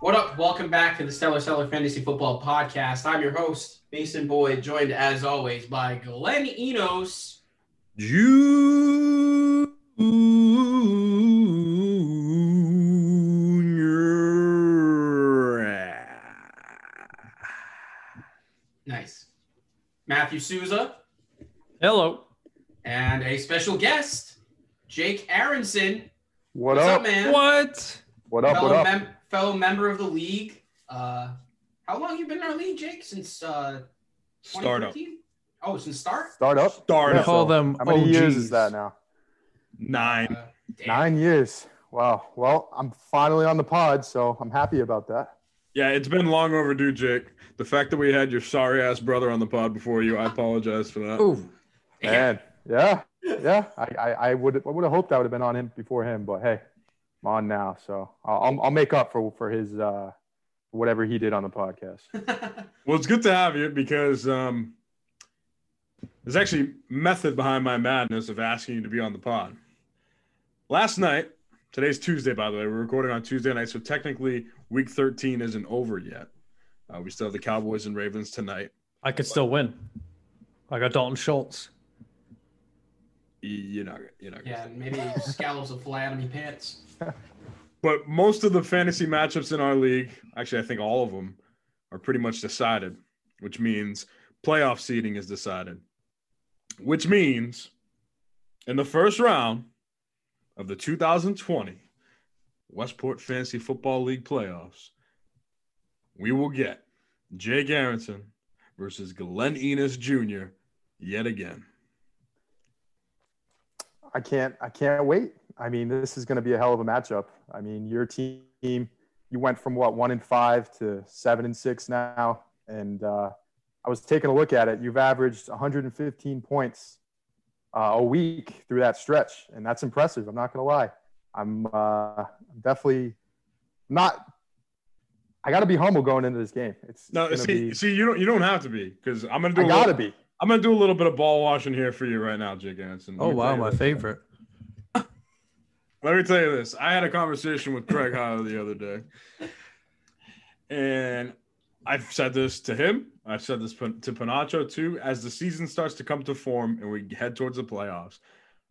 What up? Welcome back to the Stellar Seller Fantasy Football Podcast. I'm your host, Mason Boyd, joined as always by Glenn Enos. Junior. Nice. Matthew Souza Hello. and a special guest, Jake Aronson. What What's up, up? man? What? What up? fellow, What up? mem- fellow member of the league. Uh, how long you been in our league, Jake? Since uh, 2014? Oh, since start? Start up. Start Yeah, up. Call so them How many years OGs. is that now? Nine. Uh, damn. Nine years. Wow. Well, I'm finally on the pod, so I'm happy about that. Yeah, it's been long overdue, Jake. The fact that we had your sorry ass brother on the pod before you, I apologize for that. Ooh. Damn. Man. Yeah. Yeah. I, I, I would I would have hoped I would have been on him before him, but hey, I'm on now, so I'll I'll- I'll make up for for his uh whatever he did on the podcast. Well, it's good to have you because um, there's actually method behind my madness of asking you to be on the pod. Last night, today's Tuesday, by the way. We're recording on Tuesday night, so technically week 13 isn't over yet. Uh, we still have the Cowboys and Ravens tonight. I could still win. I got Dalton Schultz. Y- You're not, you're not. Yeah, and maybe scallops will fly out of me pants. But most of the fantasy matchups in our league, actually, I think all of them are pretty much decided, which means playoff seeding is decided. Which means in the first round of the 2020 Westport Fantasy Football League playoffs, we will get Jay Garrison versus Glenn Enos Jr. yet again. I can't I can't wait. I mean, this is going to be a hell of a matchup. I mean, your team you went from what one and five to seven and six now, and uh, I was taking a look at it. You've averaged 115 points uh, a week through that stretch, and that's impressive. I'm not going to lie. I'm uh, I'm definitely not. I got to be humble going into this game. It's, it's No, gonna see, be- see, you don't, you don't have to be because I'm gonna do. I a got to little- be. I'm gonna do a little bit of ball washing here for you right now, Jake Anderson. Oh wow, my favorite. Let me tell you this. I had a conversation with Craig Howe the other day, and I've said this to him. I've said this pin- to Panacho too. As the season starts to come to form and we head towards the playoffs,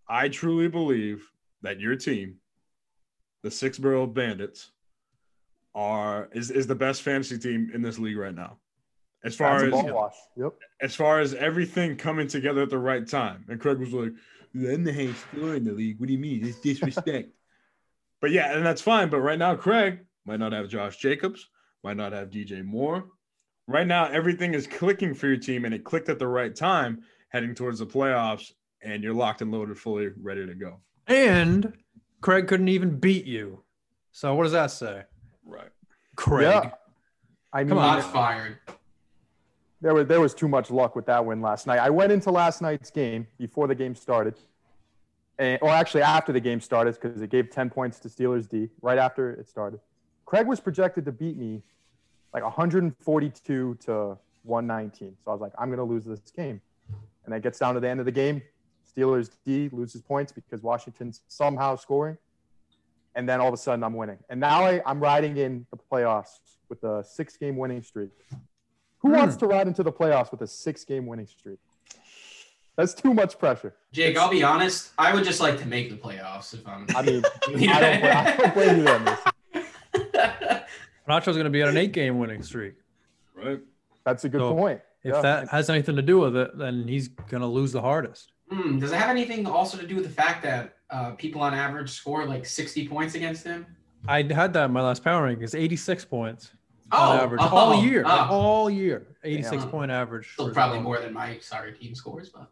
I truly believe that your team, the Six Barrel Bandits, are is is the best fantasy team in this league right now. As far That's a as ball wash. Yep. as far as everything coming together at the right time. And Craig was like, Lenahan's still in the league. What do you mean? It's disrespect. but yeah, and that's fine. But right now, Craig might not have Josh Jacobs, might not have DJ Moore. Right now, everything is clicking for your team, and it clicked at the right time heading towards the playoffs, and you're locked and loaded, fully ready to go. And Craig couldn't even beat you. So what does that say? Right. Craig. Yeah. I mean, Come on. Shots fired. there was there was too much luck with that win last night. I went into last night's game before the game started, and or actually after the game started because it gave ten points to Steelers D right after it started. Craig was projected to beat me like 142 to 119. So I was like, I'm gonna lose this game, and that gets down to the end of the game. Steelers D loses points because Washington's somehow scoring, and then all of a sudden I'm winning. And now I, I'm riding in the playoffs with a six-game winning streak. Who wants Hmm. to ride into the playoffs with a six-game winning streak? That's too much pressure. Jake, I'll be honest. I would just like to make the playoffs if I'm. I mean, I, don't, blame- I don't blame you there, Mason. Panacho's gonna be on an eight game winning streak. Right. That's a good So, point. If Yeah. that has anything to do with it, then he's gonna lose the hardest. Hmm, does it have anything also to do with the fact that uh, people on average score like 60 points against him? I had that in my last power ranking. It's 86 points Oh, on average oh, all year. oh. All year. 86 Damn. point average. Still for probably Dalton. more than my sorry team scores, but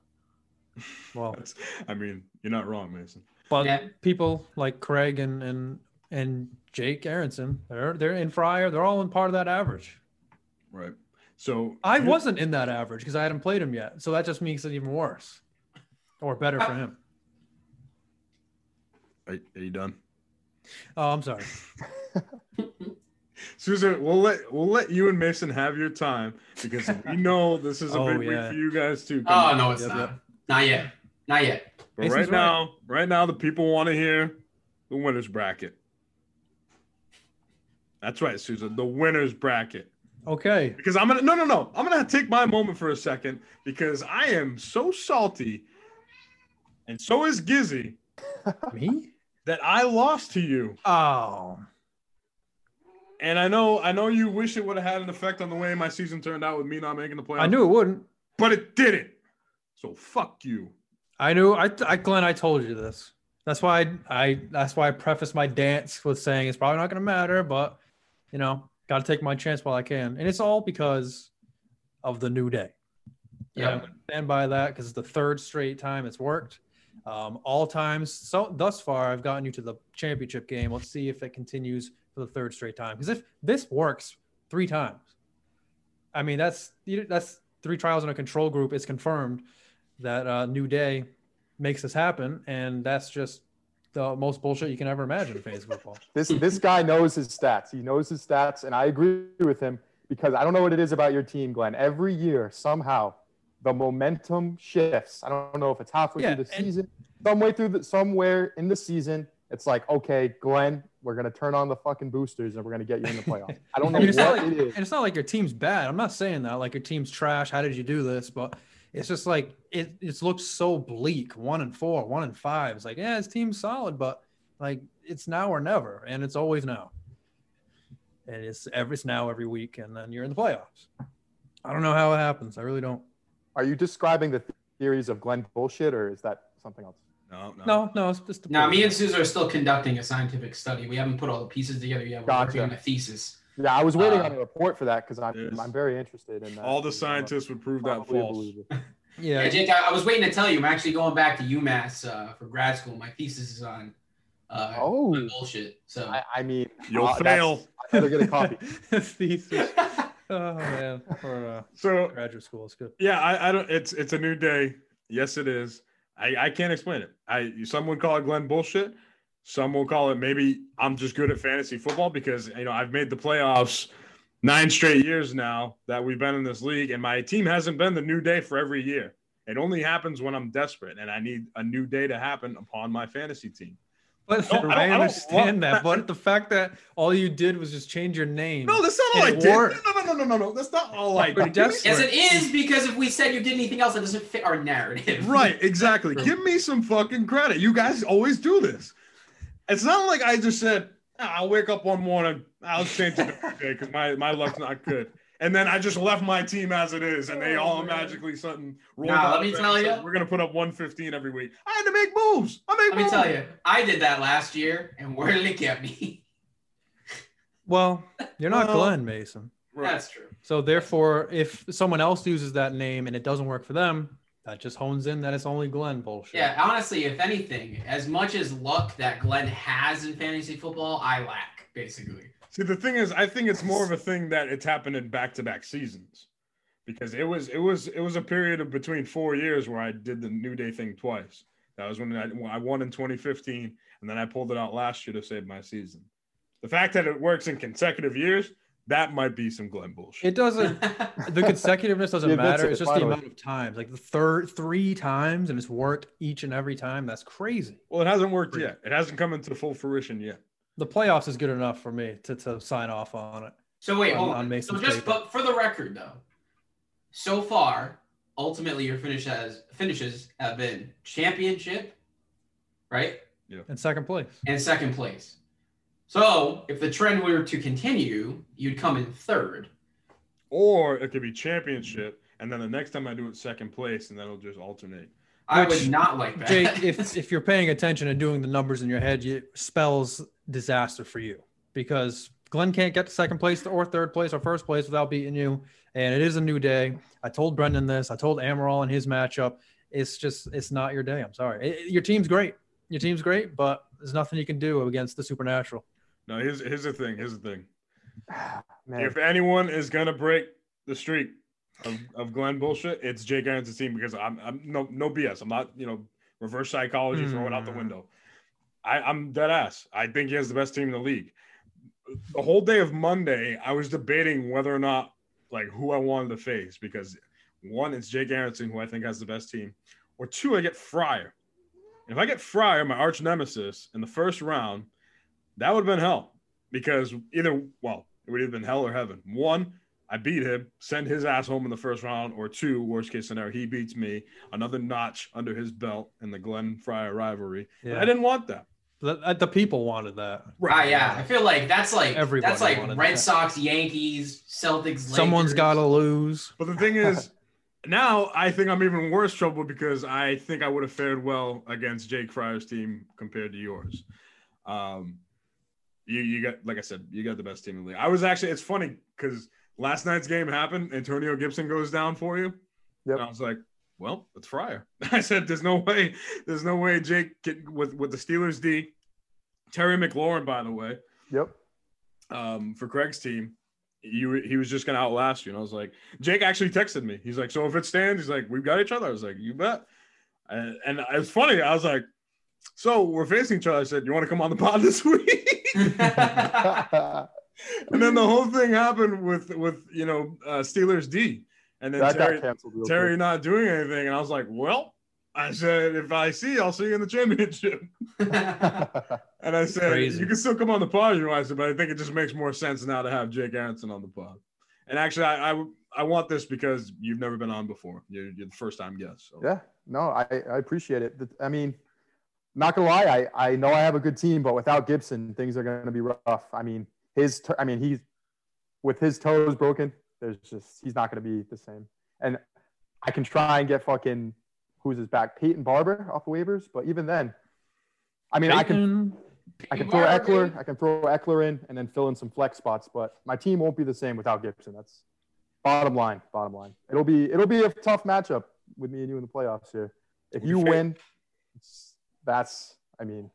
Well, That's- I mean, you're not wrong, Mason. But Yeah. people like Craig and and and Jake Aronson, they're they're in Fryer, they're all in part of that average. Right. So I wasn't in that average because I hadn't played him yet, so that just makes it even worse, or better for him. Are, are you done? Oh, I'm sorry. Susan, we'll let we'll let you and Mason have your time because we know this is a Oh, big yeah. week for you guys too. oh no, it's Yep, not. yep. Not yet. Not yet. but Mason's right, right. now, right now, the people want to hear the winners bracket. That's right, Susan. The winner's bracket. Okay. Because I'm gonna no no no. I'm gonna take my moment for a second because I am so salty, and so is Gizzy Me? that I lost to you. Oh. And I know I know you wish it would have had an effect on the way my season turned out with me not making the playoffs. I knew it wouldn't. but it didn't. So fuck you. I knew I, I Glenn, I told you this. That's why I, I that's why I prefaced my dance with saying it's probably not gonna matter, but you know, gotta take my chance while I can. And it's all because of the new day. Yeah. And I stand by that because it's the third straight time it's worked. Um, all times so thus far I've gotten you to the championship game. Let's see if it continues for the third straight time. Because if this works three times, I mean that's that's three trials in a control group is confirmed that uh, New Day makes this happen, and that's just the most bullshit you can ever imagine in fantasy football. This this guy knows his stats. He knows his stats, and I agree with him because I don't know what it is about your team, Glenn. Every year, somehow, the momentum shifts. I don't know if it's halfway Yeah, through the and- season, some way through the, somewhere in the season, it's like, okay, Glenn, we're gonna turn on the fucking boosters and we're gonna get you in the playoff. I don't know I mean, it's not what like, it is. and it's not like your team's bad. I'm not saying that. Like your team's trash. How did you do this? But it's just like it. It's looked so bleak. One and four, one and five. It's like yeah, his team's solid, but like it's now or never, and it's always now. And it's every it's now every week, and then you're in the playoffs. I don't know how it happens. I really don't. Are you describing the theories of Glenn bullshit, or is that something else? No, no. No, no, it's just the Now, me and Susan are still conducting a scientific study. We haven't put all the pieces together yet. We're working Gotcha. on a thesis. Yeah, I was waiting Uh, on a report for that because there's- I'm, I'm very interested in that. All the scientists would prove that Probably false. believe it. yeah, Yeah, Jake, I, I was waiting to tell you. I'm actually going back to UMass uh, for grad school. My thesis is on uh, Oh, bullshit. So I, I mean, You'll uh, that's- fail. I better get a copy. Thesis. Oh man, for uh, So graduate school, it's good. yeah, I, I don't. It's it's a new day. Yes, it is. I, I can't explain it. I some would call it Glenn bullshit. Some will call it maybe I'm just good at fantasy football because you know I've made the playoffs nine straight years now that we've been in this league, and my team hasn't been the new day for every year. It only happens when I'm desperate, and I need a new day to happen upon my fantasy team. But No, I don't- I I, don't understand love- that. But the fact that all you did was just change your name. No, that's not all I It did. No, worked. no, no, no, no, no. That's not all I But did. that's- yes, it is because if we said you did anything else, that doesn't fit our narrative. Right, exactly. True. Give me some fucking credit. You guys always do this. It's not like I just said, "Ah, I'll wake up one morning, I'll change it today because my, my luck's not good. And then I just left my team as it is, and they Oh, all man. magically sudden rolled Nah, out let me and tell said, ya. We're gonna put up 115 every week. I had to make moves. I make Let me moves. tell you, I did that last year, and where did it get me? Well, you're not Well- Glenn Mason. Right. That's true. So therefore, if someone else uses that name and it doesn't work for them, that just hones in that it's only Glenn bullshit. Yeah, honestly, if anything, as much as luck that Glenn has in fantasy football, I lack basically. See, the thing is, I think it's more of a thing that it's happened in back-to-back seasons, because it was it was it was a period of between four years where I did the New Day thing twice. That was when I, when I won in 2015, and then I pulled it out last year to save my season. The fact that it works in consecutive years, that might be some Glenn bullshit. It doesn't. The consecutiveness doesn't He admits matter. it, It's just the finally. amount of times, like the third three times, and it's worked each and every time. That's crazy. well, it hasn't worked yet. It hasn't come into full fruition yet. The playoffs is good enough for me to, to sign off on it. so wait, hold On- on on. so Mason's just paper. but for the record though, so far, ultimately your finish has finishes have been championship, right? In second place. and second place. So if the trend were to continue, you'd come in third. Or it could be championship, and then the next time I do it second place, and that'll just alternate. I Which, would not like that. Ah, Jake, if if you're paying attention and doing the numbers in your head, it spells disaster for you because Glenn can't get to second place or third place or first place without beating you. And it is a new day. I told Brendan this. I told Amaral in his matchup. It's just it's not your day. I'm sorry. It- it- your team's great. Your team's great, but there's nothing you can do against the supernatural. No, here's here's the thing. Here's the thing. Man, If anyone is gonna break the streak of, of Glenn bullshit, it's Jake Irons' team because I'm, I'm no no BS. I'm not you know reverse psychology throw it out the Hmm. window. I, I'm dead ass. I think he has the best team in the league. The whole day of Monday, I was debating whether or not like who I wanted to face because one, it's Jake Aronson, who I think has the best team, or two, I get Fryer. And if I get Fryer, my arch nemesis, in the first round, that would have been hell. because either well, it would have been hell or heaven. One, I beat him, send his ass home in the first round, or two, worst case scenario, he beats me, another notch under his belt in the Glenn Fryer rivalry. But I Yeah. didn't want that. The, the people wanted that. Ah, yeah. I feel like that's like Everybody that's like wanted Red that. Sox, Yankees, Celtics. Someone's Lakers. got to lose. But the thing is, now I think I'm even worse trouble because I think I would have fared well against Jake Fryer's team compared to yours. Um, you you got like I said, you got the best team in the league. I was actually it's funny because last night's game happened. Antonio Gibson goes down for you. Yep. And I was like, well, it's Fryer. I said, there's no way, there's no way Jake can, with with the Steelers D. Terry McLaurin, by the way, Yep. um, for Craig's team, you he was just gonna outlast you. And I was like, Jake actually texted me. He's like, so if it stands, he's like, we've got each other. I was like, you bet. And, and it's funny. I was like, so we're facing each other. I said, you want to come on the pod this week? and then the whole thing happened with with you know uh, Steelers D. And then that Terry, got canceled. Real Terry quick. not doing anything. And I was like, well, I said, if I see, you, I'll see you in the championship. And I said, Crazy. you can still come on the pod, you know. I said, but I think it just makes more sense now to have Jake Aronson on the pod. And actually, I, I I want this because you've never been on before. You're, you're the first time guest. So. Yeah, no, I, I appreciate it. Th- I mean, not gonna lie, I, I know I have a good team, but without Gibson, things are gonna be rough. I mean, his, t- I mean, he's with his toes broken. There's just he's not gonna be the same. And I can try and get fucking who's his back, Peyton Barber off waivers, but even then, I mean, I can Peyton, I can throw Eckler, I can throw Eckler in, and then fill in some flex spots. But my team won't be the same without Gibson. That's bottom line. Bottom line. It'll be it'll be a tough matchup with me and you in the playoffs here. It'll If be you fair. win, it's- that's I mean,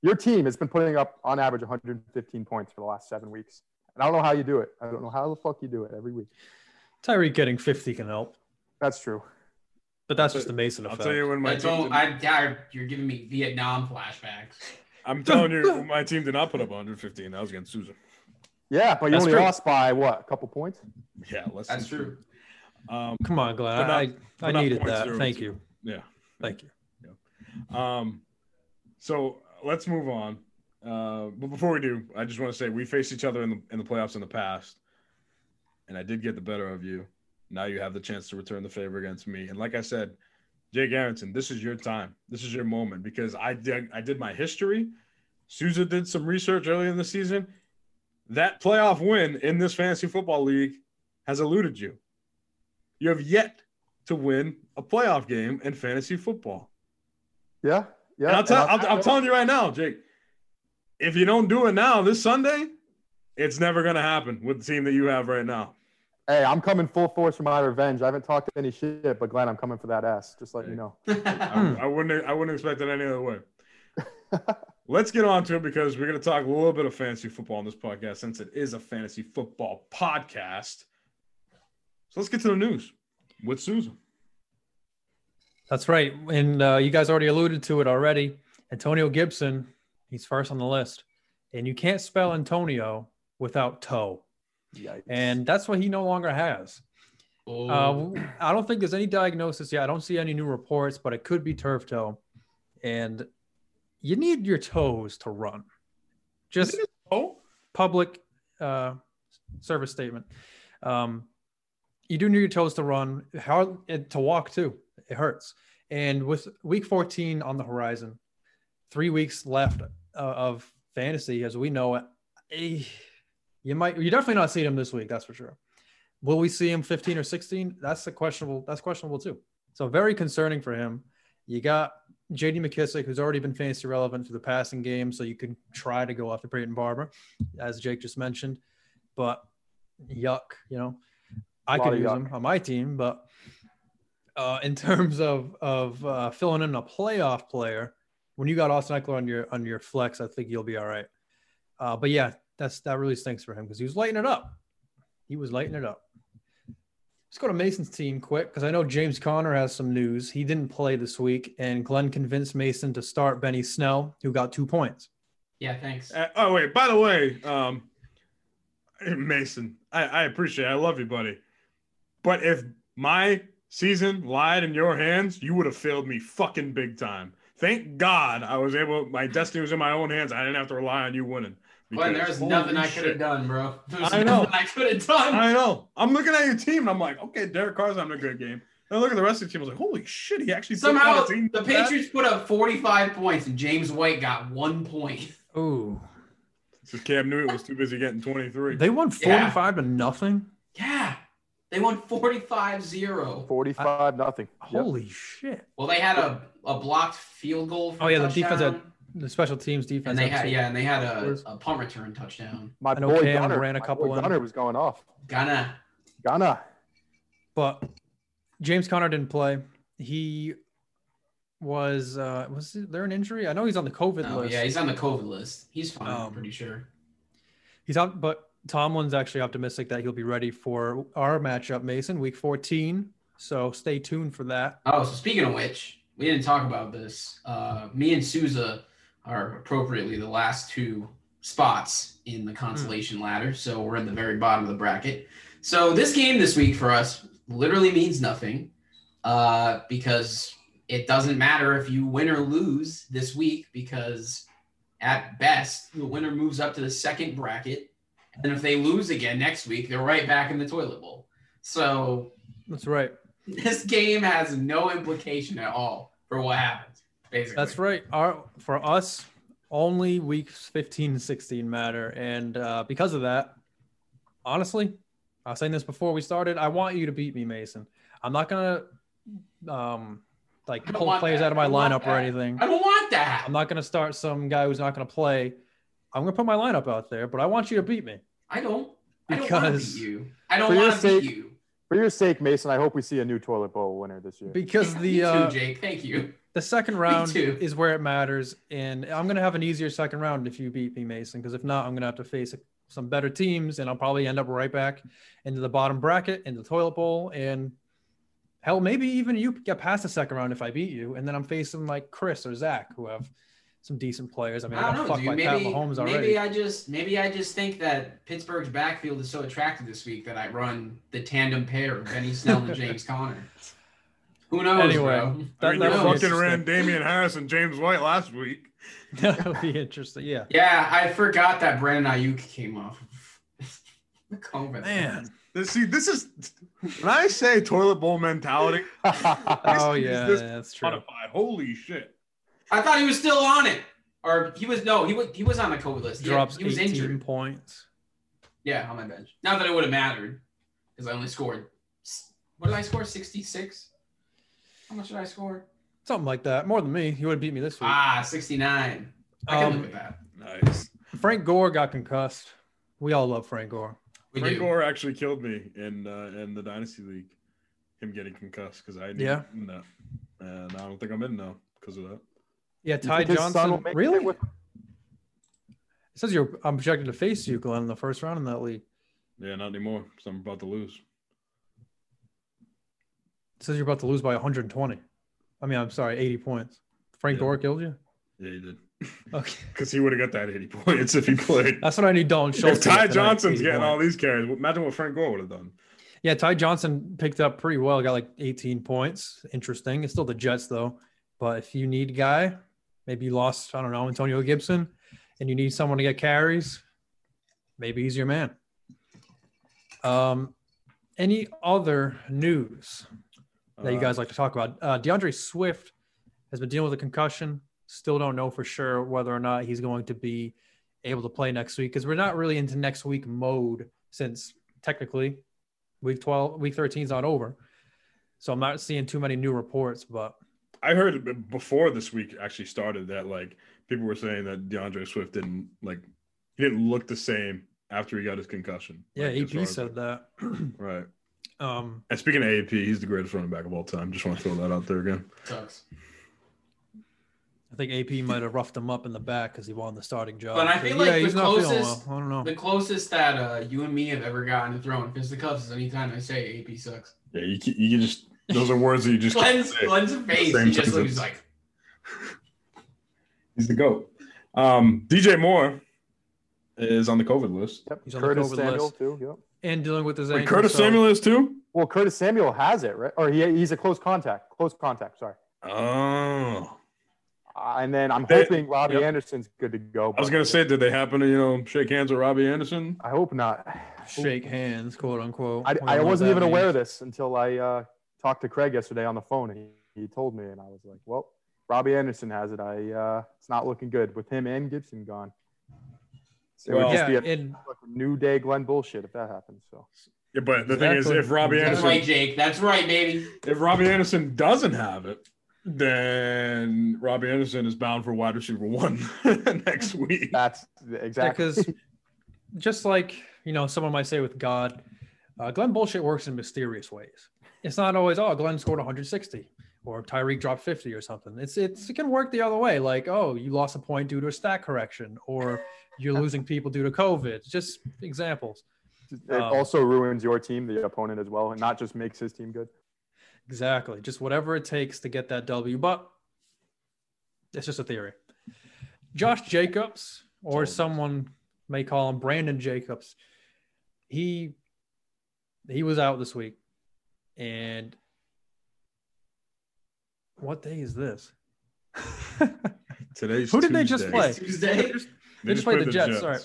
your team has been putting up on average 115 points for the last seven weeks, and I don't know how you do it. I don't know how the fuck you do it every week. Tyreek getting 50 can help, That's true. but that's I'll just the Mason I'll effect. tell you when my I team. told, Did, I'm tired. You're giving me Vietnam flashbacks. I'm telling you, when my team did not put up 115. That was against Susan. Yeah, but you That's only true. lost by what? A couple points? Yeah, less That's than- true. Um, Come on, Glenn. We're not- I, I we're not needed points that. zero Thank two. you. yeah. Thank you. Um, so let's move on. Uh, but before we do, I just want to say we faced each other in the in the playoffs in the past, and I did get the better of you. Now you have the chance to return the favor against me. And like I said, Jake Aronson, this is your time. This is your moment because I did I did my history. Souza did some research early in the season. That playoff win in this fantasy football league has eluded you. You have yet to win a playoff game in fantasy football. Yeah, And yeah. I'll and tell, I'm- I'm, I'm telling you right now, Jake, if you don't do it now this Sunday, it's never going to happen with the team that you have right now. Hey, I'm coming full force for my revenge. I haven't talked any shit, but Glenn, I'm coming for that ass. Just let Hey. you know. I, Hmm. I wouldn't, I wouldn't expect it any other way. Let's get on to it because we're going to talk a little bit of fantasy football on this podcast since it is a fantasy football podcast. So let's get to the news with Susan. That's right. And uh, you guys already alluded to it already. Antonio Gibson, he's first on the list. And you can't spell Antonio without toe. Yikes. And that's what he no longer has. Oh, Uh, I don't think there's any diagnosis yet. I don't see any new reports, but it could be turf toe. And you need your toes to run. Just Oh, public uh, service statement. Um, you do need your toes to run, how it, to walk too. It hurts. And with week 14 on the horizon, three weeks left uh, of fantasy as we know it, eh, you might you're definitely not seeing him this week. That's for sure. Will we see him 15 or 16? That's a questionable. That's questionable too. So very concerning for him. You got J.D. McKissick, who's already been fantasy relevant for the passing game, so you can try to go after Peyton Barber as Jake just mentioned. But yuck, you know, I Lot could of use yuck. him on my team, but uh, in terms of of uh, filling in a playoff player, when you got Austin Eckler on your on your flex, I think you'll be all right. Uh, but yeah, that's that really stinks for him because he was lighting it up. He was lighting it up. Let's go to Mason's team quick because I know James Conner has some news. He didn't play this week, and Glenn convinced Mason to start Benny Snell, who got two points. yeah, thanks. Uh, oh wait, by the way, um, Mason, I, I appreciate, it. I love you, buddy. But if my season lied in your hands, you would have failed me fucking big time. Thank God I was able. My destiny was in my own hands. I didn't have to rely on you winning. When there was Holy nothing I could shit. have done, bro. There was I know. nothing I could have done. I know. I'm looking at your team and I'm like, okay, Derek Carr's having a good game. Then I look at the rest of the team. I was like, holy shit, he actually put Somehow out a team the like that? Patriots put up 45 points and James White got one point. Ooh, Because Cam Newton was too busy getting 23. they won Yeah. forty-five to nothing. Yeah. They won 45 0. 45 nothing. Yep. Holy shit! Well, they had a, a blocked field goal. For Oh, yeah, the defense had- touchdown, The special teams defense. And they had, absolutely- yeah, and they had a, a punt return touchdown. My I know boy Cam Gunner ran a my couple boy in. Gunner was going off. Ghana. Ghana. But James Conner didn't play. He was uh was there an injury? I know he's on the COVID Oh, list. yeah, he's on the COVID list. He's fine, I'm Um, pretty sure. He's out, but Tomlin's actually optimistic that he'll be ready for our matchup, Mason, week 14. So stay tuned for that. Oh, so speaking of which, we didn't talk about this. Uh, me and Souza are appropriately the last two spots in the consolation ladder, so we're at the very bottom of the bracket. So this game this week for us literally means nothing uh, because it doesn't matter if you win or lose this week because at best the winner moves up to the second bracket, and if they lose again next week, they're right back in the toilet bowl. So That's right. this game has no implication at all for what happens. Basically, That's right. Our for us, only weeks 15 and 16 matter. And uh, because of that, honestly, I was saying this before we started. I want you to beat me, Mason. I'm not gonna um like I don't pull want players that. out of my I want lineup or that. anything. I don't want that. I'm not gonna start some guy who's not gonna play. I'm gonna put my lineup out there, but I want you to beat me. I don't. I don't want to Because- beat you. I don't For your want to sake- beat you. For your sake, Mason, I hope we see a new toilet bowl winner this year. Because Yeah, the you uh, too, Jake. Thank you. the second round too. is where it matters, and I'm gonna have an easier second round if you beat me, Mason. Because if not, I'm gonna have to face some better teams, and I'll probably end up right back into the bottom bracket, into the toilet bowl, and hell, maybe even you get past the second round if I beat you, and then I'm facing like Chris or Zach, who have some decent players. I mean, I I got don't know, fucked by dude. Pat Maybe, Mahomes already. maybe I just maybe I just think that Pittsburgh's backfield is so attractive this week that I run the tandem pair of Benny Snell and James Conner. Who knows, Anyway, bro? I mean, that you was fucking interesting. ran Damian Harris and James White last week. That'll be interesting. Yeah, Yeah, I forgot that Brandon Ayuk came off. the COVID. man. This, see, this is when I say toilet bowl mentality. Oh Is yeah, this that's true. Spotify, holy shit! I thought he was still on it, or he was no, he was he was on the COVID list. He, had- Drops he was 18 injured. points. Yeah, on my bench. Not that it would have mattered, because I only scored. s- What did I score? Sixty six. How much did I score? Something like that. More than me. You would have beat me this week. Ah, sixty nine. I can Um, live with that. Nice. Frank Gore got concussed. We all love Frank Gore. We Frank do. Gore actually killed me in uh, in the dynasty league. Him getting concussed because I Yeah. didn't in that, and I don't think I'm in now because of that. Yeah, You Ty think his son will Johnson. make it Really? It with- says you're I'm projected to face you, Glenn, in the first round in that league. Yeah, not anymore. So I'm about to lose. It says you're about to lose by 120. I mean, I'm sorry, 80 points. Frank Yeah. Gore killed you. Yeah, he did. Okay, Because he would have got that 80 points if he played. that's what I need. Dalton Schultz. If to get Ty tonight, Johnson's 80 getting all points. these carries, imagine what Frank Gore would have done. Yeah, Ty Johnson picked up pretty well. Got like 18 points. Interesting. It's still the Jets though, but if you need a guy, maybe you lost. I don't know Antonio Gibson, and you need someone to get carries. Maybe he's your man. Um, any other news that you Uh, guys like to talk about? Uh, DeAndre Swift has been dealing with a concussion. Still don't know for sure whether or not he's going to be able to play next week because we're not really into next week mode since technically week 12 week 13 is not over so i'm not seeing too many new reports but I heard b- before this week actually started that like people were saying that DeAndre Swift didn't like he didn't look the same after he got his concussion. yeah Like, as far ap as- said that right. um And speaking of AAP, he's the greatest running back of all time. Just want to throw that out there again. Sucks. i think ap might have roughed him up in the back because he won the starting job But I feel like the he's not feeling closest- well. i don't know The closest that uh, you and me have ever gotten to throwing fisticuffs is anytime I say AP sucks. Yeah, you ca- you can just those are words that you just can't Glenn's, Glenn's say. face, Same he just sentence. looks like, He's the goat. Um, DJ Moore is on the COVID list. Yep. He's on the Curtis COVID Samuel list. too. Yep. and dealing with his Wait, ankle, Curtis so- Samuel is too. Well, Curtis Samuel has it, right? Or he, he's a close contact. Close contact. Sorry. Oh, Uh, and then I'm They- hoping Robbie yep. Anderson's good to go. I was but gonna say, did they happen to you know shake hands with Robbie Anderson? I hope not. Shake hands, quote unquote. I, don't know I what wasn't that even aware means. of this until I uh, talked to Craig yesterday on the phone, and he, he told me, and I was like, "Well, Robbie Anderson has it. I uh, it's not looking good with him and Gibson gone. So it Well- would just Yeah, be a and fucking new day, Glenn bullshit if that happens. So Yeah, but the thing Exactly. is, if Robbie That's Anderson- right, Jake. That's right, baby. Anderson, if Robbie Anderson doesn't have it, then Robbie Anderson is bound for wide receiver one next week. that's the- exactly. because just like you know, someone might say with God, uh, Glenn bullshit works in mysterious ways. It's not always oh Glenn scored 160 or Tyreek dropped 50 or something. It's it's it can work the other way, like oh you lost a point due to a stat correction or you're losing people due to COVID. Just examples. it um, also ruins your team, the opponent as well, and not just makes his team good. Exactly. Just whatever it takes to get that W. But it's just a theory. Josh Jacobs, or Jacobs. someone may call him Brandon Jacobs, he he was out this week. And what day is this? Today's Who did they just Tuesday. play? It's Tuesday. They just played the Jets, sorry.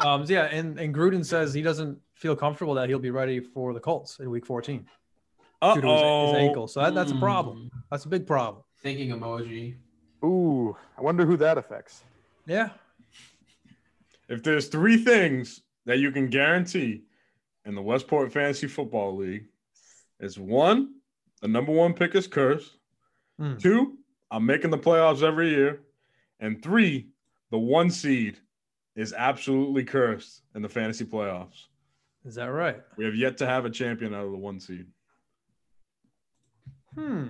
um, yeah, and, and Gruden says he doesn't feel comfortable that he'll be ready for the Colts in week 14 Uh due to his, his oh. ankle. So that, that's a problem. Mm. That's a big problem. Thinking emoji. Ooh, I wonder who that affects. Yeah. If there's three things that you can guarantee in the Westport Fantasy Football League, it's one, the number one pick is cursed. Mm. Two, I'm making the playoffs every year. And three, the one seed is absolutely cursed in the fantasy playoffs. Is that right? We have yet to have a champion out of the one seed. Hmm.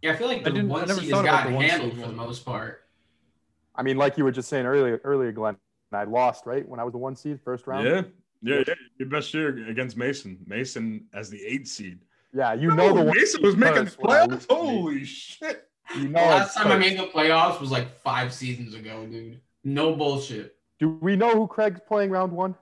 Yeah, I feel like I the didn't- I one never seed thought has about gotten the one handled seed for the one. most part. I mean, like you were just saying earlier, earlier, Glenn, I lost right when I was the one seed first round. Yeah. Yeah, yeah. Your best year against Mason. Mason as the eight seed. Yeah, you know the Oh, one. Mason was making the cursed when I playoffs. was the lead. Holy shit. You The know last it's time I cursed. made the playoffs was like five seasons ago, dude. No bullshit. Do we know who Craig's playing round one?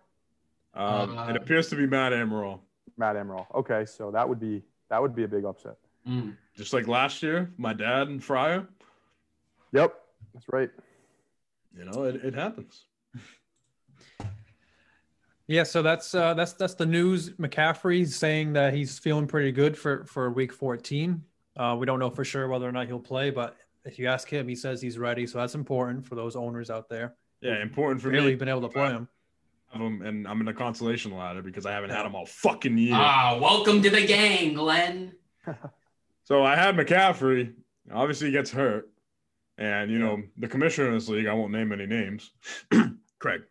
Um, Uh, it appears to be Matt Amaral. Matt Emerald. Okay, so that would be that would be a big upset. Mm. Just like last year, my dad and Fryer, Yep, that's right. you know, it, it happens. Yeah, so that's uh, that's that's the news. McCaffrey saying that he's feeling pretty good for for week 14. Uh, we don't know for sure whether or not he'll play, but if you ask him, he says he's ready. So that's important for those owners out there. Yeah, important for Barely me to been able to play him. have him, and I'm in a consolation ladder because I haven't had him all fucking year. Ah, welcome to the gang, Glenn. So I had McCaffrey. Obviously, he gets hurt, and you know the commissioner in this league. I won't name any names. Craig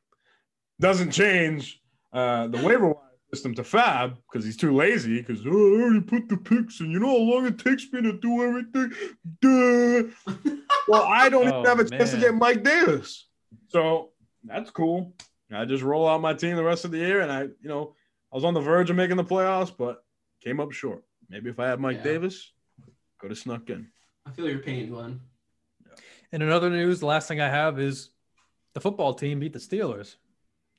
doesn't change uh, the waiver wire system to Fab because he's too lazy. Because oh, I already put the picks, and you know how long it takes me to do everything. Duh. well, I don't Oh, even have a chance to man. get Mike Davis. So that's cool. I just roll out my team the rest of the year, and I, you know, I was on the verge of making the playoffs, but came up short. Maybe if I had Mike Yeah. Davis, could have snuck in. I feel your pain, Glenn. And in other news, the last thing I have is the football team beat the Steelers.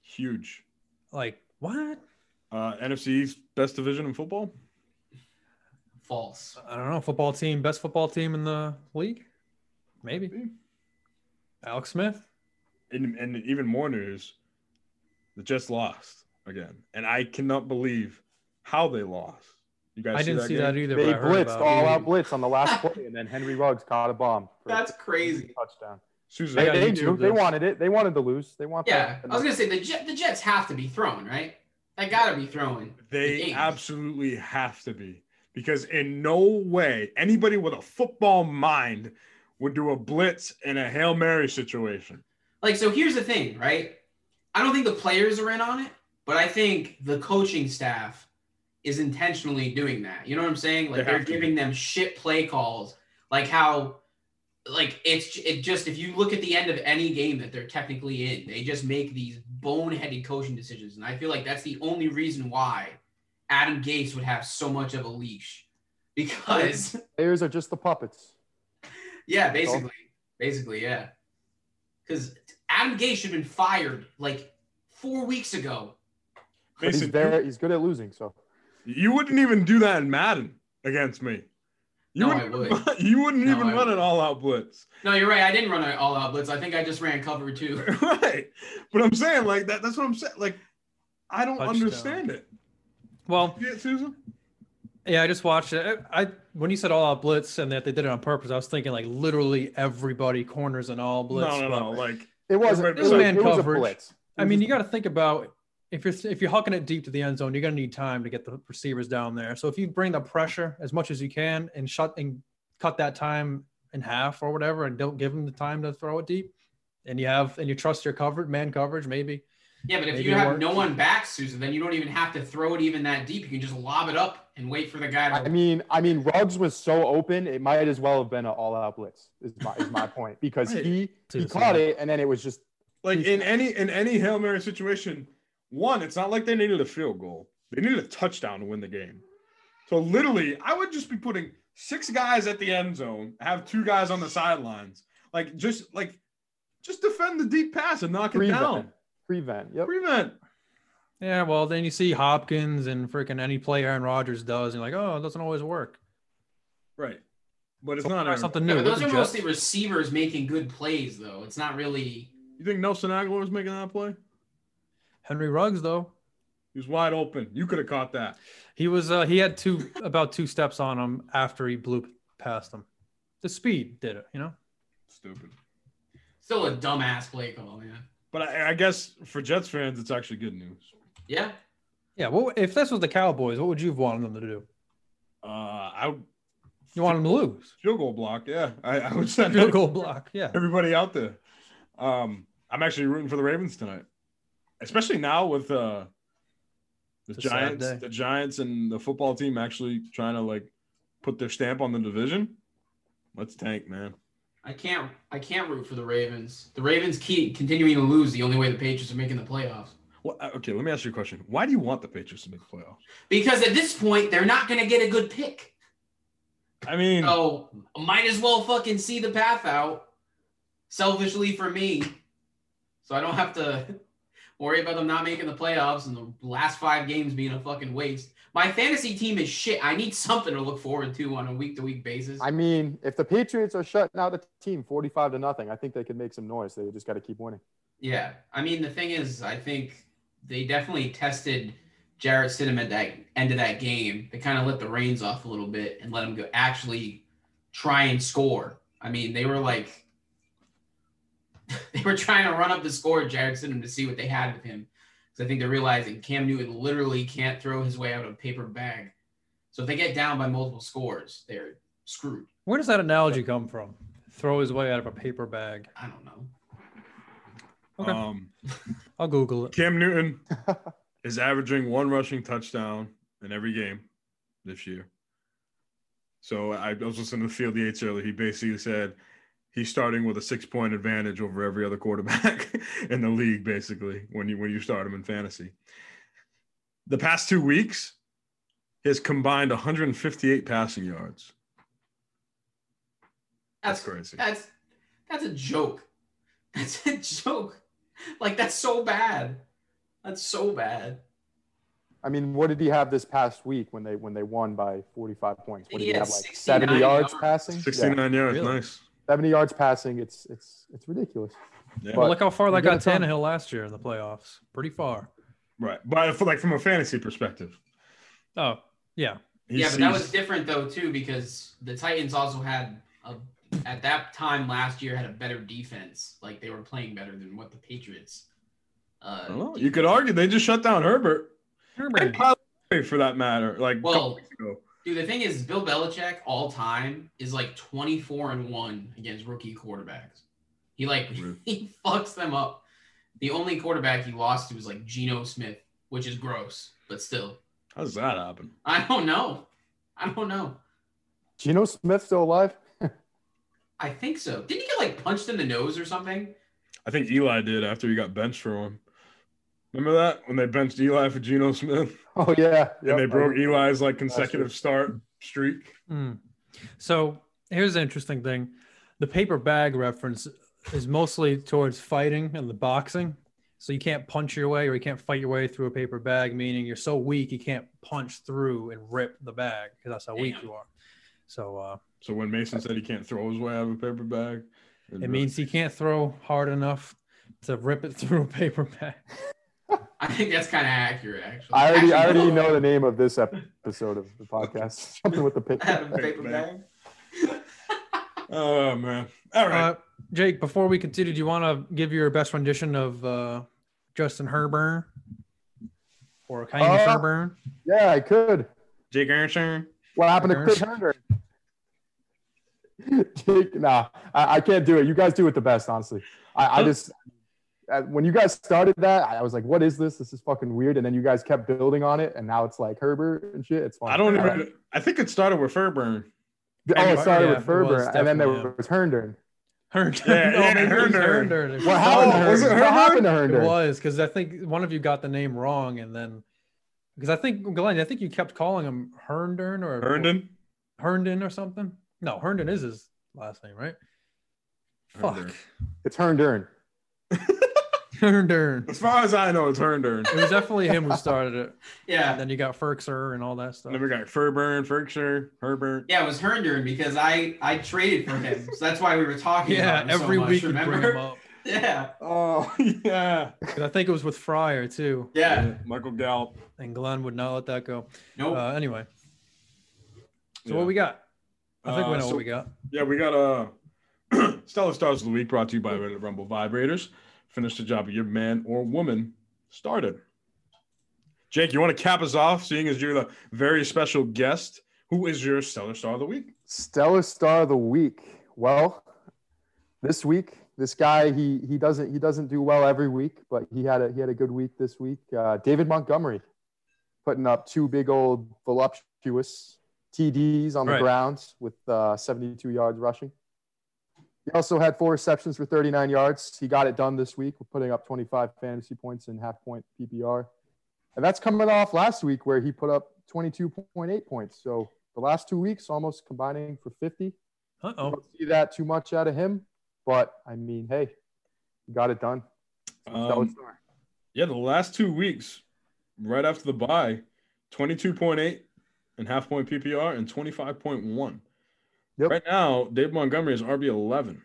Huge. Like what? Uh, NFC East best division in football. False. I don't know. Football team, best football team in the league, maybe. Alex Smith. And, and even more news, the Jets lost again, and I cannot believe how they lost. You guys, I didn't see that game? either. They but I heard blitzed about it. all out blitz on the last play, and then Henry Ruggs caught a bomb. for a That's crazy. touchdown. Susan, I They, got they YouTube knew they this. wanted it. They wanted to lose. They want. Yeah, that. I was gonna say the Jet, the Jets have to be throwing, right? They gotta be throwing. They games. absolutely have to be because in no way anybody with a football mind would do a blitz in a hail mary situation. Like, so here's the thing, right? I don't think the players are in on it, but I think the coaching staff is intentionally doing that. You know what I'm saying? Like They they are have to. giving them shit play calls, like how, like it's it just if you look at the end of any game that they're technically in, they just make these boneheaded coaching decisions, and I feel like that's the only reason why Adam Gase would have so much of a leash because Players are just the puppets. yeah, basically, basically, yeah. Because Adam Gay should have been fired like four weeks ago. But he's Mason, very. He's good at losing. So You wouldn't even do that in Madden against me. You No, I wouldn't, you wouldn't No, even I run an all-out blitz, No, you're right. I didn't run an all-out blitz. I think I just ran cover two. right? But I'm saying like that. That's what I'm saying. Like, I don't Touchdown. understand it. Well, Yeah, Susan. Yeah, I just watched it. I I- when you said all out blitz and that they did it on purpose, I was thinking like literally everybody corners an all blitz. no, no, but- no. Like, It was Right, it it was, was man it was a coverage. blitz. I mean, you got to think about if you're if you're hucking it deep to the end zone, you're gonna need time to get the receivers down there. So if you bring the pressure as much as you can and shut and cut that time in half or whatever, and don't give them the time to throw it deep, and you have and you trust your coverage, man coverage, maybe. Yeah, but if Maybe you it have works. no one back, Susan, then you don't even have to throw it even that deep. You can just lob it up and wait for the guy to. I mean, I mean, Ruggs was so open, it might as well have been an all-out blitz. Is my is my point because Right. he To he the caught side. it and then it was just like in any in any hail mary situation, one, it's not like they needed a field goal. They needed a touchdown to win the game. So literally, I would just be putting six guys at the end zone, have two guys on the sidelines, like just like just defend the deep pass and knock it prevent. down. Prevent. Yep. Prevent. Yeah, well, then you see Hopkins and freaking any play Aaron Rodgers does, and you're like, oh, it doesn't always work. Right. But it's So not try Aaron. something Yeah, new. but with those the are Jets. mostly receivers making good plays, though. It's not really. You think Nelson Aguilar was making that play? Henry Ruggs though. He was wide open. You could have caught that. He was uh, he had two about two steps on him after he blew past him. The speed did it, you know. Stupid. Still a dumbass play call, man. But I, I guess for Jets fans, it's actually good news. Yeah. Yeah. Well, if this was the Cowboys, what would you have wanted them to do? Uh, I would- You wanted them to lose. field goal block. Yeah, I, I would send Field goal block. Yeah. everybody out there. Um, I'm actually rooting for the Ravens tonight, especially now with uh, the It's a sad Giants, day. the Giants, and the football team actually trying to like put their stamp on the division. Let's tank, man. I can't. I can't root for the Ravens. The Ravens keep continuing to lose. The only way the Patriots are making the playoffs. Well, uh, okay, let me ask you a question. Why do you want the Patriots to make the playoffs? Because at this point, they're not going to get a good pick. I mean, So might as well fucking see the path out. Selfishly for me, so I don't have to worry about them not making the playoffs and the last five games being a fucking waste. My fantasy team is shit. I need something to look forward to on a week to week basis. I mean, if the Patriots are shutting out a team 45 to nothing, I think they could make some noise. They just got to keep winning. Yeah, I mean the thing is, I think they definitely tested Jarrett Stidham at that end of that game. They kind of let the reins off a little bit and let him go actually try and score. I mean, they were like they were trying to run up the score, at Jarrett Stidham, to see what they had with him. Because I think they're realizing Cam Newton literally can't throw his way out of a paper bag. So if they get down by multiple scores, they're screwed. Where does that analogy come from? Throw his way out of a paper bag. I don't know. okay. um, I'll Google it. Cam Newton is averaging one rushing touchdown in every game this year. So I I was listening to Field Yates earlier. He basically said he's starting with a six point advantage over every other quarterback in the league, basically, when you when you start him in fantasy. The past two weeks, he has combined 158 passing yards. That's That's crazy. That's that's a joke. That's a joke. Like that's so bad. That's so bad. I mean, what did he have this past week when they when they won by 45 points? What did he, He had have like 69 70 yards, yards. passing? Yeah, 69 yards, Really? nice. 70 yards passing. It's it's it's ridiculous. Yeah. Well, But- look how far We're that got gonna come. Tannehill last year in the playoffs. Pretty far. Right. But for, like from a fantasy perspective, Oh yeah. he yeah, but that sees- was different though too because the Titans also had a at that time last year had a better defense. Like they were playing better than what the Patriots. I Uh, don't know. You could argue they just shut down Herbert. And Kyler Murray, for that matter. Like, a couple Well- weeks ago. dude, the thing is, Bill Belichick all time is like twenty four and one against rookie quarterbacks. He like Rude. he fucks them up. The only quarterback he lost to was like Geno Smith, which is gross, but still. how does that happen? I don't know. I don't know. Geno Smith still alive? I think so. Didn't he get like punched in the nose or something? I think Eli did after he got benched for him. Remember that when they benched Eli for Geno Smith Oh yeah. and they Yep. broke Eli's like consecutive start streak? Hmm. So here's the interesting thing: the paper bag reference is mostly towards fighting and the boxing. So you can't punch your way, or you can't fight your way through a paper bag, meaning you're so weak you can't punch through and rip the bag because that's how weak Damn. you are. So uh, So when Mason said he can't throw his way out of a paper bag, it means he can't throw hard enough to rip it through a paper bag. I think that's kind of accurate, actually. I already, I Actually, already no. know the name of this episode of the podcast. Something with the pick. Out of a paper bag. Oh man! All right. Uh, Jake, before we continue, do you want to give your best rendition of uh, Justin Herburn or Kaimi Uh, Herburn? Yeah, I could. Jake Arnshire. What happened to Chris Herndon? Jake, nah, I, I can't do it. You guys do it the best, honestly. I, I just uh, when you guys started that, I I was like, "What is this? This is fucking weird." And then you guys kept building on it, and now it's like Herbert and shit. It's fun. I don't even. I think it started with Furburn. Oh, it started Yeah, with it was Ferber, and then there definitely, was Herndon. Herndon. Yeah, yeah, maybe it was Herndon. Herndon. What happened? Oh, to was it Herndon? Herndon? What happened to It Herndon? was because I think one of you got the name wrong, and then because I think Glenn, I think you kept calling him Herndon or Herndon. Herndon or something. No, Herndon is his last name, right? Herndon. Fuck, It's Herndon. Herndon. As far as I know, it's Herndon. It was definitely him who started it. Yeah. And then you got Ferkser and all that stuff. Then we got Furburn, Ferkshire, Herbert. Yeah, it was Herndon because I I traded for him. So that's why we were talking yeah, about him so every much, week you remember? bring him up. Yeah. Oh yeah. 'Cause I think it was with Fryer too, Yeah. Michael Gallup. and Glenn would not let that go. Nope. Uh, anyway, so Yeah. what we got? I think we Uh, know so- what we got. Yeah, we got uh, Stellar Stars of the Week brought to you by Reddit Rumble Vibrators. Finish the job your man or woman started. Jake, you want to cap us off, seeing as you're the very special guest? Who is your Stellar Star of the Week? Stellar Star of the Week. Well, this week, this guy he he doesn't he doesn't do well every week, but he had a he had a good week this week. Uh, David Montgomery putting up two big old voluptuous TDs on the Right. ground with uh, 72 yards rushing. He also had four receptions for 39 yards. He got it done this week, putting up 25 fantasy points in half point PPR. And that's coming off last week where he put up 22.8 points. So the last two weeks almost combining for 50. Uh I oh. Don't see that too much out of him, but I mean, hey, he got it done. Stellar Um, star. yeah, the last two weeks, right after the bye, 22.8 and half point PPR and 25.1. Yep. Right now, Dave Montgomery is RB11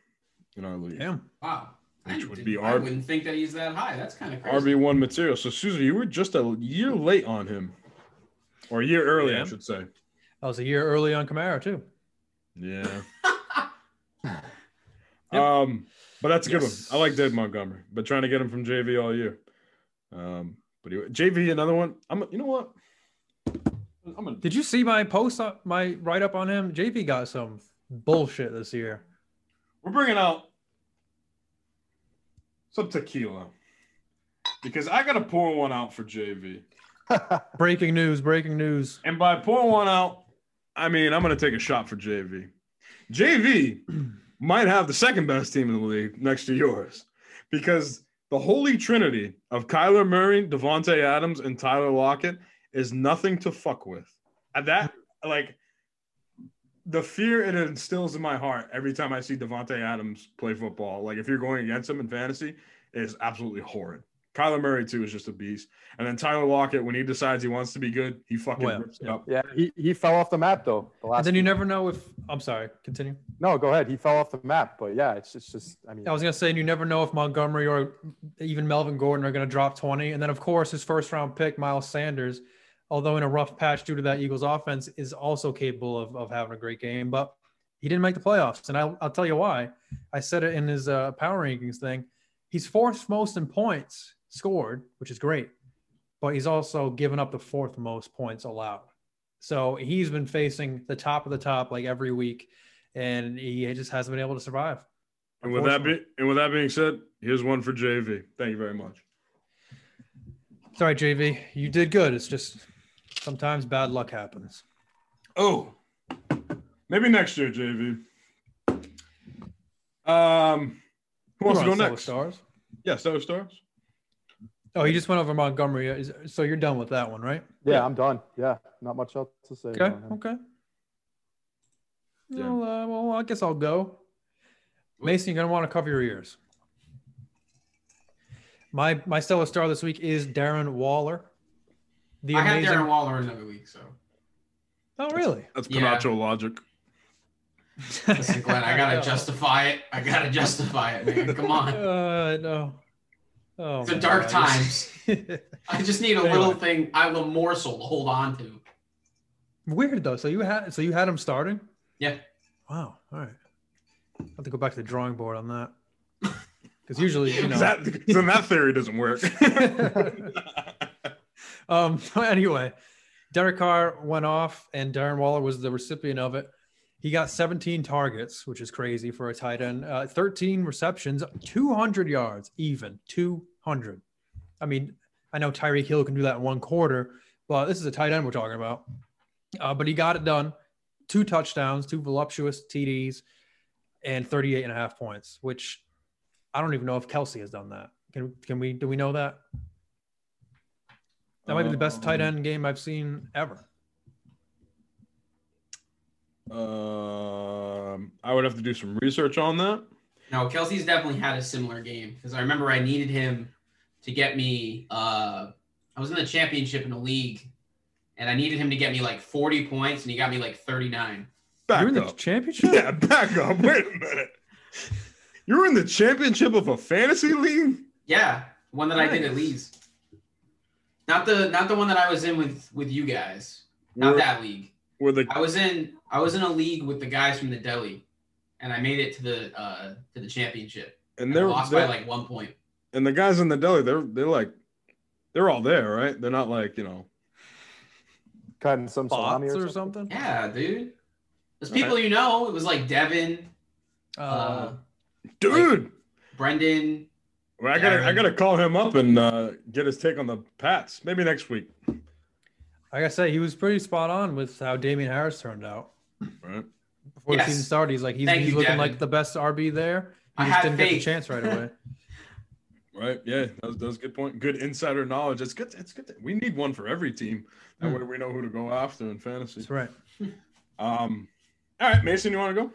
in our league. Damn. wow. I, Which would didn't- be I our- wouldn't think that he's that high. That's kind of crazy. RB1 material. So, Susan, you were just a year late on him, or a year early, Yeah. I should say. I was a year early on Camaro too. Yeah. Yep. um, but that's a good Yes. one. I like Dave Montgomery, but trying to get him from JV all year. Um, but he, JV, another one. I'm. You know what? I'm gonna. Did you see my post, on, my write up on him? JV got some bullshit this year. We're bringing out some tequila because I gotta pour one out for JV. Breaking news, breaking news. And by pouring one out, I mean I'm gonna take a shot for JV. JV might have the second best team in the league next to yours because the holy trinity of Kyler Murray, Devontae Adams, and Tyler Lockett is nothing to fuck with. And that like the fear it instills in my heart every time I see Devontae Adams play football. Like if you're going against him in fantasy, it is absolutely horrid. Kyler Murray too is just a beast. And then Tyler Lockett, when he decides he wants to be good, he fucking Well, rips it yeah. up. yeah, he, he fell off the map though. The last And then you never know if I'm sorry, continue. No, go ahead. He fell off the map, but yeah, it's just, just I mean, I was gonna say, and you never know if Montgomery or even Melvin Gordon are gonna drop 20. And then, of course, his first round pick, Miles Sanders, although in a rough patch due to that Eagles offense, is also capable of, of having a great game. But he didn't make the playoffs, and I'll, I'll tell you why. I said it in his uh, power rankings thing. He's fourth most in points scored, which is great, but he's also given up the fourth most points allowed. So he's been facing the top of the top like every week, and he just hasn't been able to survive. And with that be, and with that being said, here's one for JV. Thank you very much. Sorry, JV. You did good. It's just sometimes bad luck happens. Oh, maybe next year, JV. Um, who wants to You're go on Stellar next? Stars. Yeah, Stellar Stars. Oh, you just went over Montgomery. Is- So you're done with that one, right? yeah, I'm done. Yeah, not much else to say. Okay. about him. Okay. Yeah. Well, uh, well, I guess I'll go. Mason, you're gonna want to cover your ears. My my stellar star this week is Darren Waller. The I had amazing. Darren Waller another week, so oh, really? That's Yeah. Panacho logic. Listen, Glenn, I Oh, gotta justify it. I gotta justify it, man. Come on. Uh, no. Oh, It's a my dark God. times. I just need a Anyway. little thing, I have a morsel to hold on to. Weird though. So you had so you had him starting. Yeah. Wow. All right. I have to go back to the drawing board on that. Because usually, you know. That, then that theory doesn't work. um. Anyway, Derek Carr went off, and Darren Waller was the recipient of it. He got 17 targets, which is crazy for a tight end. Uh, 13 receptions, 200 yards, even 200. I mean, I know Tyreek Hill can do that in one quarter, but this is a tight end we're talking about. Uh, but he got it done. Two touchdowns, two voluptuous TDs, and 38 and a half points, which I don't even know if Kelsey has done that. Can, can we, do we know that? That might be the best tight end game I've seen ever. Um, I would have to do some research on that. No, Kelsey's definitely had a similar game because I remember I needed him to get me. Uh, I was in the championship in a league, and I needed him to get me like 40 points, and he got me like 39. You're Back in the up. championship? yeah, back up. Wait a minute. You were in the championship of a fantasy league? Yeah, one that I did at Nice. least. Not the not the one that I was in with with you guys. Not Were- that league. Were the I was in I was in a league with the guys from the deli, and I made it to the uh, to the championship. and And I they're, lost they're- by like one point. and the guys in the deli, they're they're like they're all there, right? They're not like, you know, Cutting some salami Bots or or something. something? Yeah, dude. There's All right. people you know. It was like Devin, Uh, uh, dude. Brendan, Well, I gotta I Darren. gotta call him up and uh, get his take on the Pats. Maybe next week. like I said, he was pretty spot on with how Damian Harris turned out. Right. Before Yes. the season started, he's like, he's, Thank he's you, looking Devin. like the best RB there. He I just had didn't get the faith. chance right away. Right. Yeah, that was, that was a good point. Good insider knowledge. It's good. It's good. to- we need one for every team. That Hmm. way we know who to go after in fantasy. That's right. Um. All right, Mason, you want to go?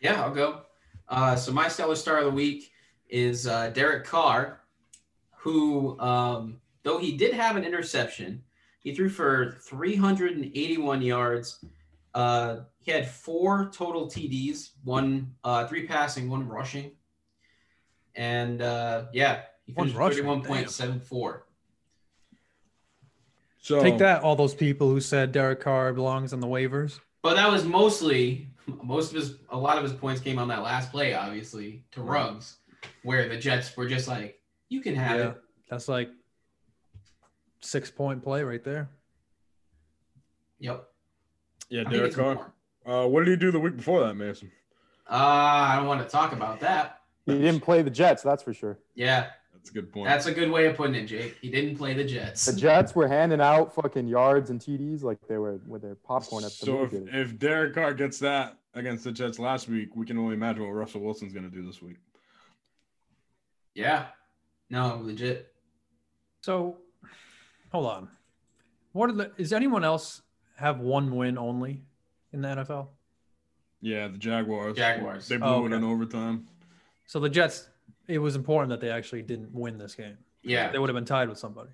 Yeah, I'll go. Uh, so my stellar star of the week is uh, Derek Carr, who, um, though he did have an interception, he threw for 381 yards. Uh, he had four total TDs, one uh, three passing, one rushing, and uh, yeah, he One finished rushing, 31.74. So Oh. Take that, all those people who said Derek Carr belongs on the waivers. But that was mostly most of his a lot of his points came on that last play, obviously, to Ruggs, where the Jets were just like, "You can have Yeah. it." That's like six point play right there. Yep. Yeah, I think Derek it's Carr. more. Uh, what did he do the week before that, Mason? Uh, I don't want to talk about that. He didn't play the Jets, that's for sure. Yeah, That's a good point. that's a good way of putting it, Jake. He didn't play the The Jets. Jets were handing out fucking yards and TDs like they were with their popcorn at the so if, movie theater. if Derek Carr gets that against the Jets last week, we can only imagine what Russell Wilson's going to do this week. Yeah. No, legit. So, hold on. What are the, is anyone else have one win only in the NFL? Yeah, the Jaguars. Jaguars. They blew Oh, it okay. in overtime. So the Jets, it was important that they actually didn't win this game. Yeah. They would have been tied with somebody.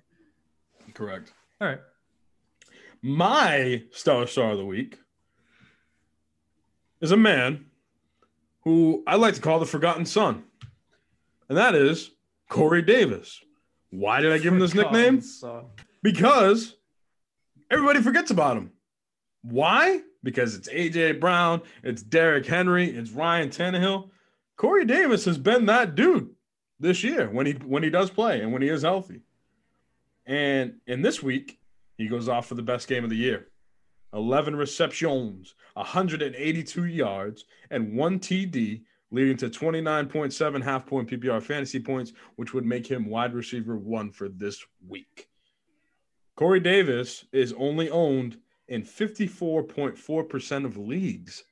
Correct. All right. My stellar star of the week is a man who I like to call the forgotten son, and that is Corey Davis. Why did I give him this Forgotten nickname? son. Because everybody forgets about him. Why? Because it's AJ Brown, it's Derrick Henry, it's Ryan Tannehill. Corey Davis has been that dude this year when he when he does play and when he is healthy. And in this week, he goes off for the best game of the year. 11 receptions, 182 yards, and one TD, leading to 29.7 half point PPR fantasy points, which would make him wide receiver one for this week. Corey Davis is only owned in 54.4% of leagues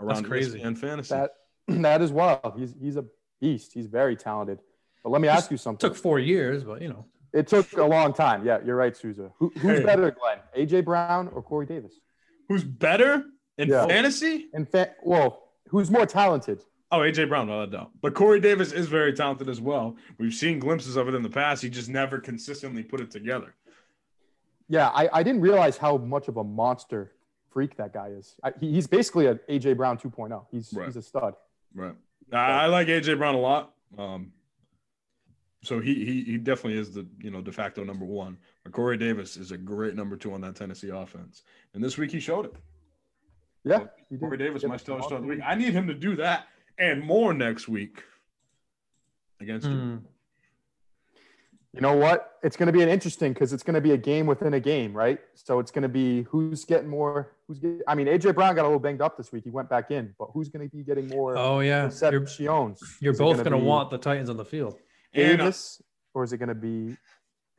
around E crazy. and fantasy. That that is wild. He's he's a beast. He's very talented. But let me Just ask you something. Took four years, but you know, it took a long time. Yeah, you're right, Souza. Who, who's Hey. better, Glenn? AJ Brown or Corey Davis? Who's better in Yeah. fantasy? In fact, well, who's more talented? Oh, AJ Brown, without a doubt. But Corey Davis is very talented as well. We've seen glimpses of it in the past. He just never consistently put it together. Yeah, I, I didn't realize how much of a monster freak that guy is. I, he, he's basically an AJ Brown 2.0. He's Right. he's a stud. Right. I, I like AJ Brown a lot. Um, so he, he he definitely is the you know de facto number one. But Corey Davis is a great number two on that Tennessee offense, and this week he showed it. Yeah, he Corey did. Davis, Yeah, my but stellar Devontae- star of the week. I need him to do that and more next week against you. Hmm. You know what? It's going to be an interesting because it's going to be a game within a game, right? So it's going to be who's getting more. Who's getting? I mean, AJ Brown got a little banged up this week. He went back in, but who's going to be getting more Oh yeah, you're, receptions? you're Is it both gonna going to be- want the Titans on the field. And, uh, Davis, or is it going to be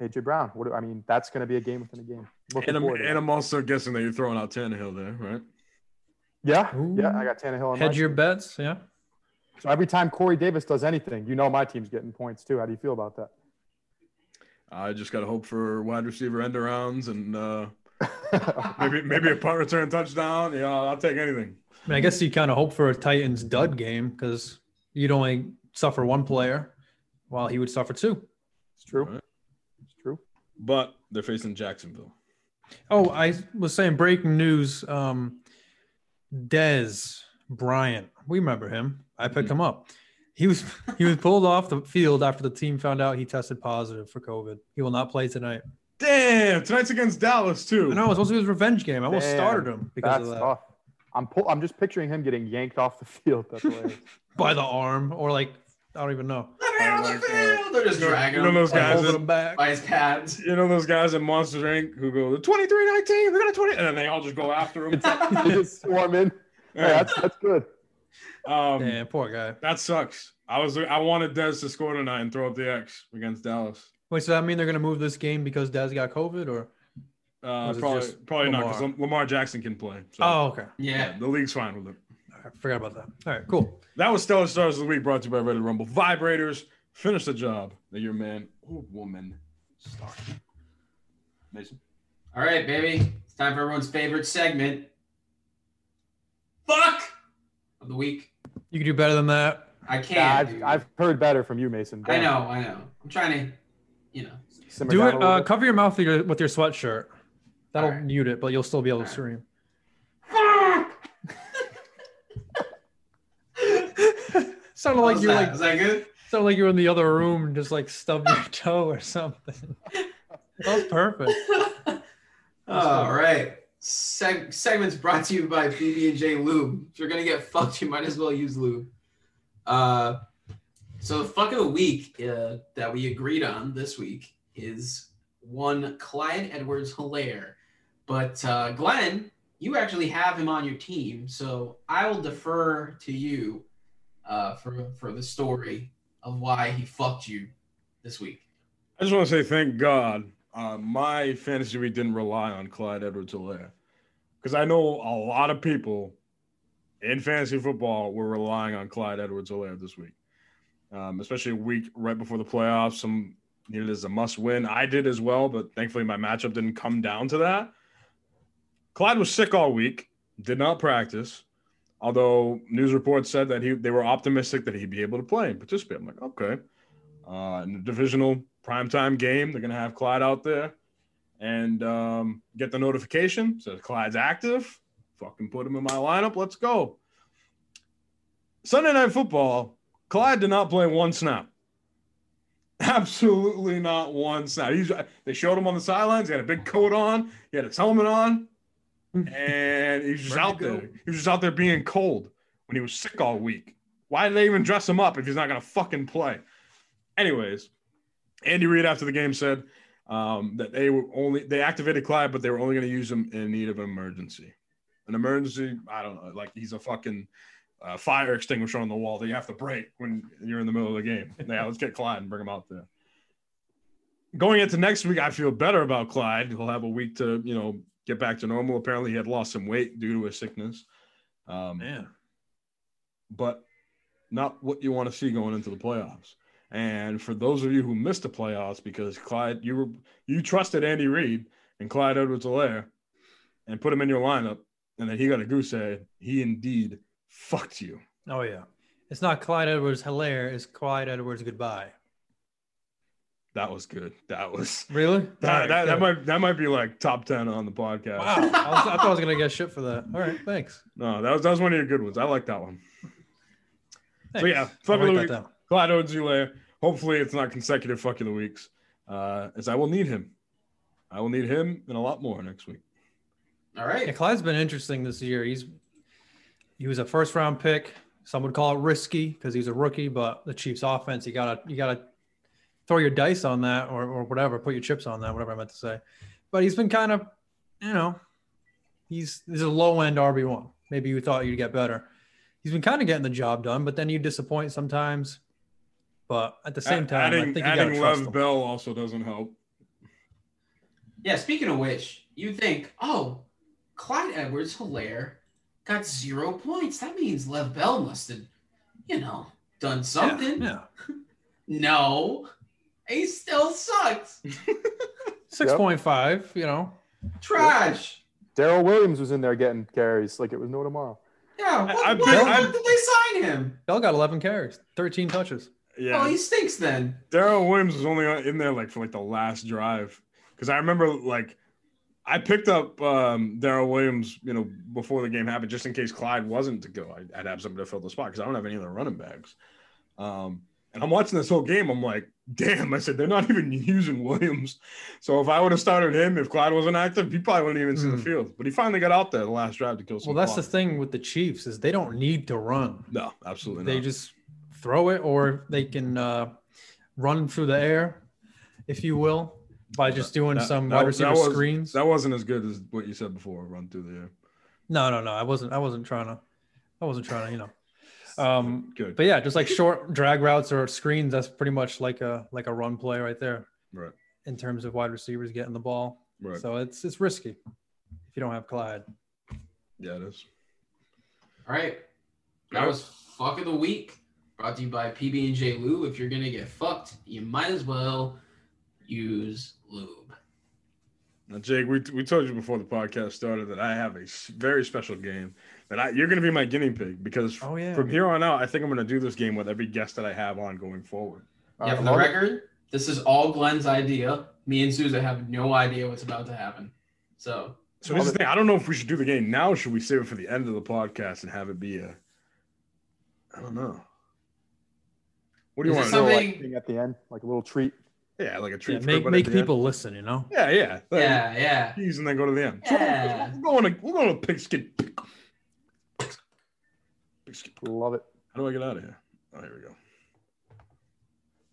AJ Brown? What do, I mean, that's going to be a game within a game. uh, Looking and, I'm, forward to and that. I'm also guessing that you're throwing out Tannehill there, right? yeah, Ooh. yeah, I got Tannehill. On my Hedge your team. bets. Yeah. So every time Corey Davis does anything, you know my team's getting points too. How do you feel about that? I just got to hope for wide receiver end arounds and uh, maybe maybe a punt return touchdown. Yeah, I'll take anything. I mean, I guess you kind of hope for a Titans dud game because you'd only suffer one player, while he would suffer two. it's true. Right. It's true. But they're facing Jacksonville. Oh, I was saying breaking news. Um, Dez Bryant, we remember him. I Hmm. picked him up. He was he was pulled off the field after the team found out he tested positive for COVID. He will not play tonight. Damn, tonight's against Dallas too. And I was supposed to be his revenge game. I almost Damn, started him because That's of that tough. I'm pull, I'm just picturing him getting yanked off the field. That's hilarious. by the arm or like I don't even know. Let me on Oh my the God. field. They're just You know- dragging you know him those like, guys holding that- him back. by his pads. you know those guys in Monsters Inc. who go 23 19, they're gonna 20, and then they all just go after him. they just swarm in. Yeah, that's that's good. um, Damn, poor guy. that sucks. I was I wanted Dez to score tonight and throw up the X against Dallas. Wait, so that mean they're gonna move this game because Dez got COVID or? Uh, Was it probably just probably not because Lamar? Lamar Jackson can play. So. Oh, okay. Yeah. the league's fine with it. All right, forgot about that. All right, cool. That was Stellar Stars of the Week brought to you by Reddit Rumble. Vibrators, finish the job that your man or woman started. Mason. All right, baby. It's time for everyone's favorite segment. Fuck of the week. You can do better than that. I can't. Yeah, dude. I've, I've heard better from you, Mason. I know. I know. I'm trying to, you know. Simmer Do down a it. little Uh, bit. cover your mouth with your, with your sweatshirt. That'll Alright. mute it, but you'll still be able to Alright. scream. Fuck. sounded What like was you were, that? like Was that good? sounded like you were in the other room, and just like stubbed your toe or something. That was perfect. All right. Seg- segments brought to you by PB and J Lube. If you're gonna get fucked, you might as well use lube. Uh, so the fuck of the week uh, that we agreed on this week is one Clyde Edwards Hilaire. But uh, Glenn, you actually have him on your team, so I will defer to you uh, for for the story of why he fucked you this week. I just want to say thank God uh, my fantasy week didn't rely on Clyde Edwards Hilaire because I know a lot of people in fantasy football were relying on Clyde Edwards Hilaire this week, um, especially a week right before the playoffs. Some needed as a must win. I did as well, but thankfully my matchup didn't come down to that. Clyde was sick all week, did not practice. Although news reports said that he they were optimistic that he'd be able to play and participate. I'm like, okay, uh, in the divisional primetime game. They're going to have Clyde out there and um, get the notification. Says Clyde's active. Fucking put him in my lineup. Let's go. Sunday Night Football, Clyde did not play one snap. Absolutely not one snap. He's, they showed him on the sidelines. He had a big coat on. He had his helmet on. And he was just Ready to out go. there. He was just out there being cold when he was sick all week. Why did they even dress him up if he's not going to fucking play? Anyways, Andy Reid after the game said um, that they were only they activated Clyde, but they were only going to use him in need of an emergency. An emergency, I don't know, like he's a fucking uh, fire extinguisher on the wall that you have to break when you're in the middle of the game. Yeah, let's get Clyde and bring him out there. Going into next week, I feel better about Clyde. He'll have a week to you know get back to normal. Apparently, he had lost some weight due to his sickness. Um, Man, but not what you want to see going into the playoffs. And for those of you who missed the playoffs, because Clyde, you were you trusted Andy Reid and Clyde edwards helaire and put him in your lineup, and then he got a goose egg. He indeed fucked you. oh yeah, it's not Clyde Edwards Hilaire. It's Clyde Edwards goodbye. That was good. That was Really? that, that, that might. might that might be like top ten on the podcast. Wow. I, was, I thought I was gonna get shit for that. All right, thanks. No, that was that was one of your good ones. I like that one. thanks. yeah, I'll fuck write with that Louis. down. Glad Ojule. Hopefully, it's not consecutive fuck of the weeks, uh, as I will need him. I will need him and a lot more next week. All Yeah, right. Clyde's been interesting this year. He's he was a first round pick. Some would call it risky because he's a rookie, but the Chiefs' offense, you gotta you gotta throw your dice on that or or whatever, put your chips on that, whatever I meant to say. But he's been kind of, you know, he's he's a low end RB one. Maybe you thought you'd get better. He's been kind of getting the job done, but then you disappoint sometimes. But at the same A- time, adding, I think you gotta adding trust Lev him. Bell also doesn't help. Yeah. Speaking of which, you think, oh, Clyde Edwards Hilaire got zero points. That means Lev Bell must have, you know, done Yeah, something. yeah. No, he still sucks. Six point five, you know. Trash. Daryl Williams was in there getting carries like it was no tomorrow. Yeah. What, I- I've what- been- what I've- did they sign him? Bell got eleven carries, thirteen touches. Yeah, Oh, he stinks then. Daryl Williams was only in there like for like the last drive because I remember like I picked up um, Daryl Williams, you know, before the game happened just in case Clyde wasn't to go. I, I'd have somebody to fill the spot because I don't have any other running backs. Um, and I'm watching this whole game. I'm like, damn! I said they're not even using Williams. So if I would have started him, if Clyde wasn't active, he probably wouldn't even see the Hmm. field. But he finally got out there the last drive to kill some. Well, that's the clock. thing with the Chiefs is they don't need to run. no, absolutely They not. just throw it, or they can uh, run through the air, if you will, by just doing That- some that wide was- receiver that was- screens. That wasn't as good as what you said before. Run through the air. no, no, no. I wasn't. I wasn't trying to. I wasn't trying to. You know. Um, Good. but yeah, just like short drag routes or screens. That's pretty much like a like a run play right there. Right. In terms of wide receivers getting the ball, Right. so it's it's risky if you don't have Clyde. Yeah, it is. All right. That was fuck of the week. Brought to you by PB and J Lube. If you're gonna get fucked, you might as well use lube. Now, Jake, we, we told you before the podcast started that I have a s- very special game that I, you're going to be my guinea pig because Oh yeah. from here on out, I think I'm going to do this game with every guest that I have on going forward. Uh, yeah, for the record, this is all Glenn's idea. Me and Souza have no idea what's about to happen. So So here's the thing: I don't know if we should do the game now. Should we save it for the end of the podcast and have it be a? I don't know. What do Is you want? it to know? something- Like, thing at the end, like a little treat. Yeah, like a treat. Yeah, for make everybody at make the end. people listen. You know. Yeah, yeah. Like, yeah, yeah. Keys and then go to the end. Yeah. So we're going to we're going to pigskin. Pigskin. Love it. How do I get out of here? Oh, here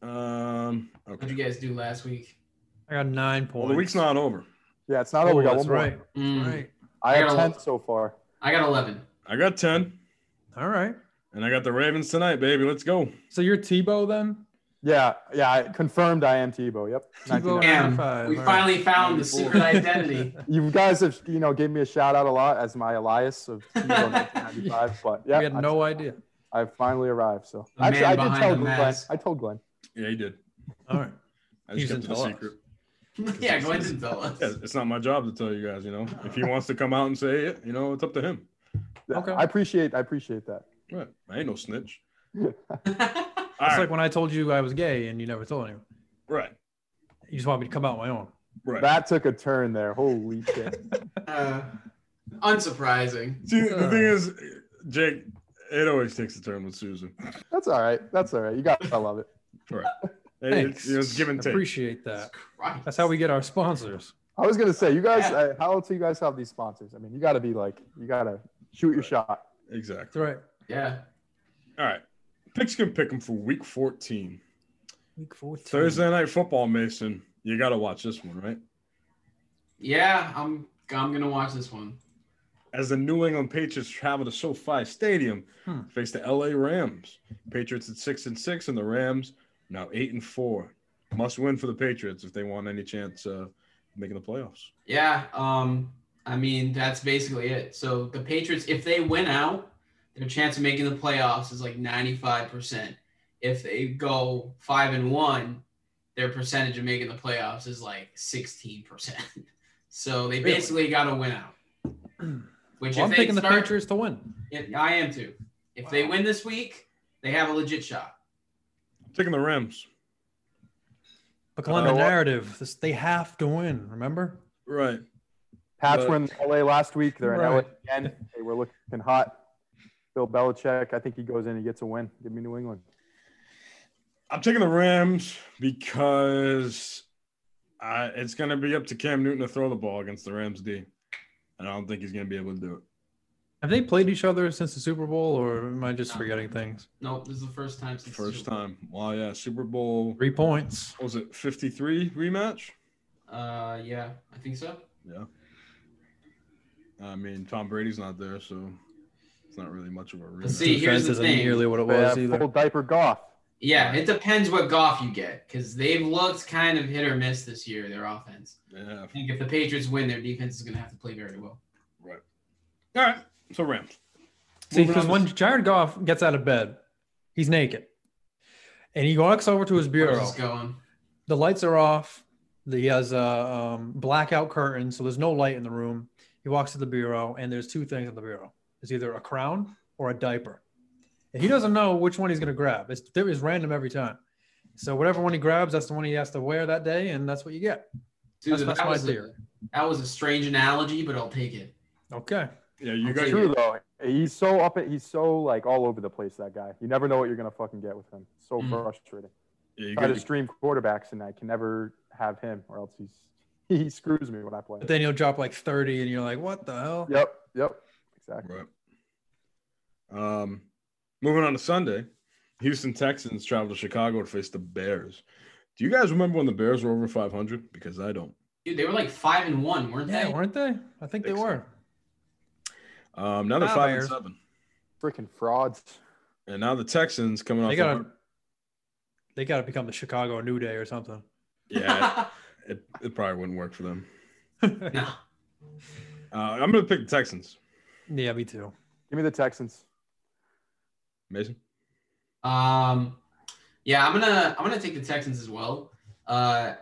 we go. Um. What'd Okay. you guys do last week? I got nine points. Well, the week's not over. Yeah, it's not over. We Oh, got that's one more. right. Mm, Right. I have I got a- ten so far. I got eleven. I got ten, All right. and I got the Ravens tonight, baby. Let's go. So you're Tebow then? Yeah, yeah. I confirmed I am Tebow. Yep. Tebow 1990. Damn. 95, We all right. finally found the 94. secret identity. You guys have you know gave me a shout out a lot as my Elias of Tebow 1995, but yeah, we had no idea. I, I finally arrived. So The actually, man I did behind tell the Glenn. mask. I told Glenn. Yeah, you did. All right. I He just kept didn't it a tell us. secret. yeah, go ahead and tell us. Yeah, it's not my job to tell you guys. You know, if he wants to come out and say it, you know, it's up to him. Yeah, Okay. I appreciate I appreciate that. Right. I ain't no snitch. All It's right. like when I told you I was gay and you never told anyone. right. You just want me to come out on my own. Right. That took a turn there. Holy shit. Uh, unsurprising. See, the thing is, Jake, it always takes a turn with Susan. That's all right. That's all right. You got I love it. Right. It- It's, Thanks. it's give and take. Appreciate that. Christ. That's how we get our sponsors. I was gonna say, you guys, Yeah. uh, how else do you guys have these sponsors? I mean, you gotta be like, you gotta shoot your shot. exactly. That's right. Yeah. All right. Picks can pick them for week 14. Week 14. Thursday night football, Mason. You got to watch this one, right? Yeah, I'm I'm gonna watch this one. As the New England Patriots travel to SoFi Stadium, Hmm. face the LA Rams. Patriots at six and six, and the Rams now eight and four. Must win for the Patriots if they want any chance uh, making the playoffs. Yeah, um, I mean that's basically it. So the Patriots, if they win out, their chance of making the playoffs is like ninety five percent. If they go five and one, their percentage of making the playoffs is like sixteen percent. So they Really? basically got to win out. Which if Well, I'm they picking the start- Patriots to win. if- I am too. If they Wow. win this week, they have a legit shot. Taking the Rams. But Glenn, the Uh, what- narrative, this, they have to win. Remember? Right. Pats But- won LA last week. They're in Right. LA again. They were looking hot. Bill Belichick, I think he goes in and gets a win. Give me New England. I'm taking the Rams because I, it's going to be up to Cam Newton to throw the ball against the Rams D. And I don't think he's going to be able to do it. Have they played each other since the Super Bowl, or am I just No. forgetting things? Nope, this is the first time since First Super Bowl. time. Wow, yeah. Super Bowl, Three points. what was it 53 rematch? Uh, yeah, I think so. Yeah. I mean, Tom Brady's not there, so it's not really much of a rematch. Let's see, here's Defense the isn't thing. nearly what it They was have either. full diaper golf. Yeah, it depends what golf you get because they've looked kind of hit or miss this year, their offense. Yeah. I think if the Patriots win, their defense is going to have to play very well. Right. All right. So Rams. See, Moving because on. when Jared Goff gets out of bed, he's naked, and he walks over to his Where's bureau. this going? The lights are off. The, he has a um, blackout curtain, so there's no light in the room. He walks to the bureau, and there's two things on the bureau: it's either a crown or a diaper, and he doesn't know which one he's going to grab. It's there is random every time. So whatever one he grabs, that's the one he has to wear that day, and that's what you get. Dude, that's, that, that's my was theory. a, that was a strange analogy, but I'll take it. Okay. Yeah, you I'll got take your True though, he's so up. He's so like all over the place. That guy. You never know what you're gonna fucking get with him. So Mm. frustrating. yeah, you Try got to your, stream quarterbacks, and I can never have him, or else he's he screws me when I play. But then he'll drop like 30, and you're like, what the hell? Yep. Yep. Exactly. right. Um, moving on to Sunday, Houston Texans travel to Chicago to face the Bears. Do you guys remember when the Bears were over 500? Because I don't. Dude, they were like five and one, weren't Yeah, they? weren't they? I think they Think so. were. Um, now they're Ah, five Bears. and seven, Freaking frauds. and now the Texans coming off. They a gotta- hard- They got to become the Chicago New Day or something. yeah, it, it probably wouldn't work for them. no. Uh, I'm gonna pick the Texans. yeah, me too. Give me the Texans. Mason. Um, yeah, I'm gonna I'm gonna take the Texans as well. Uh,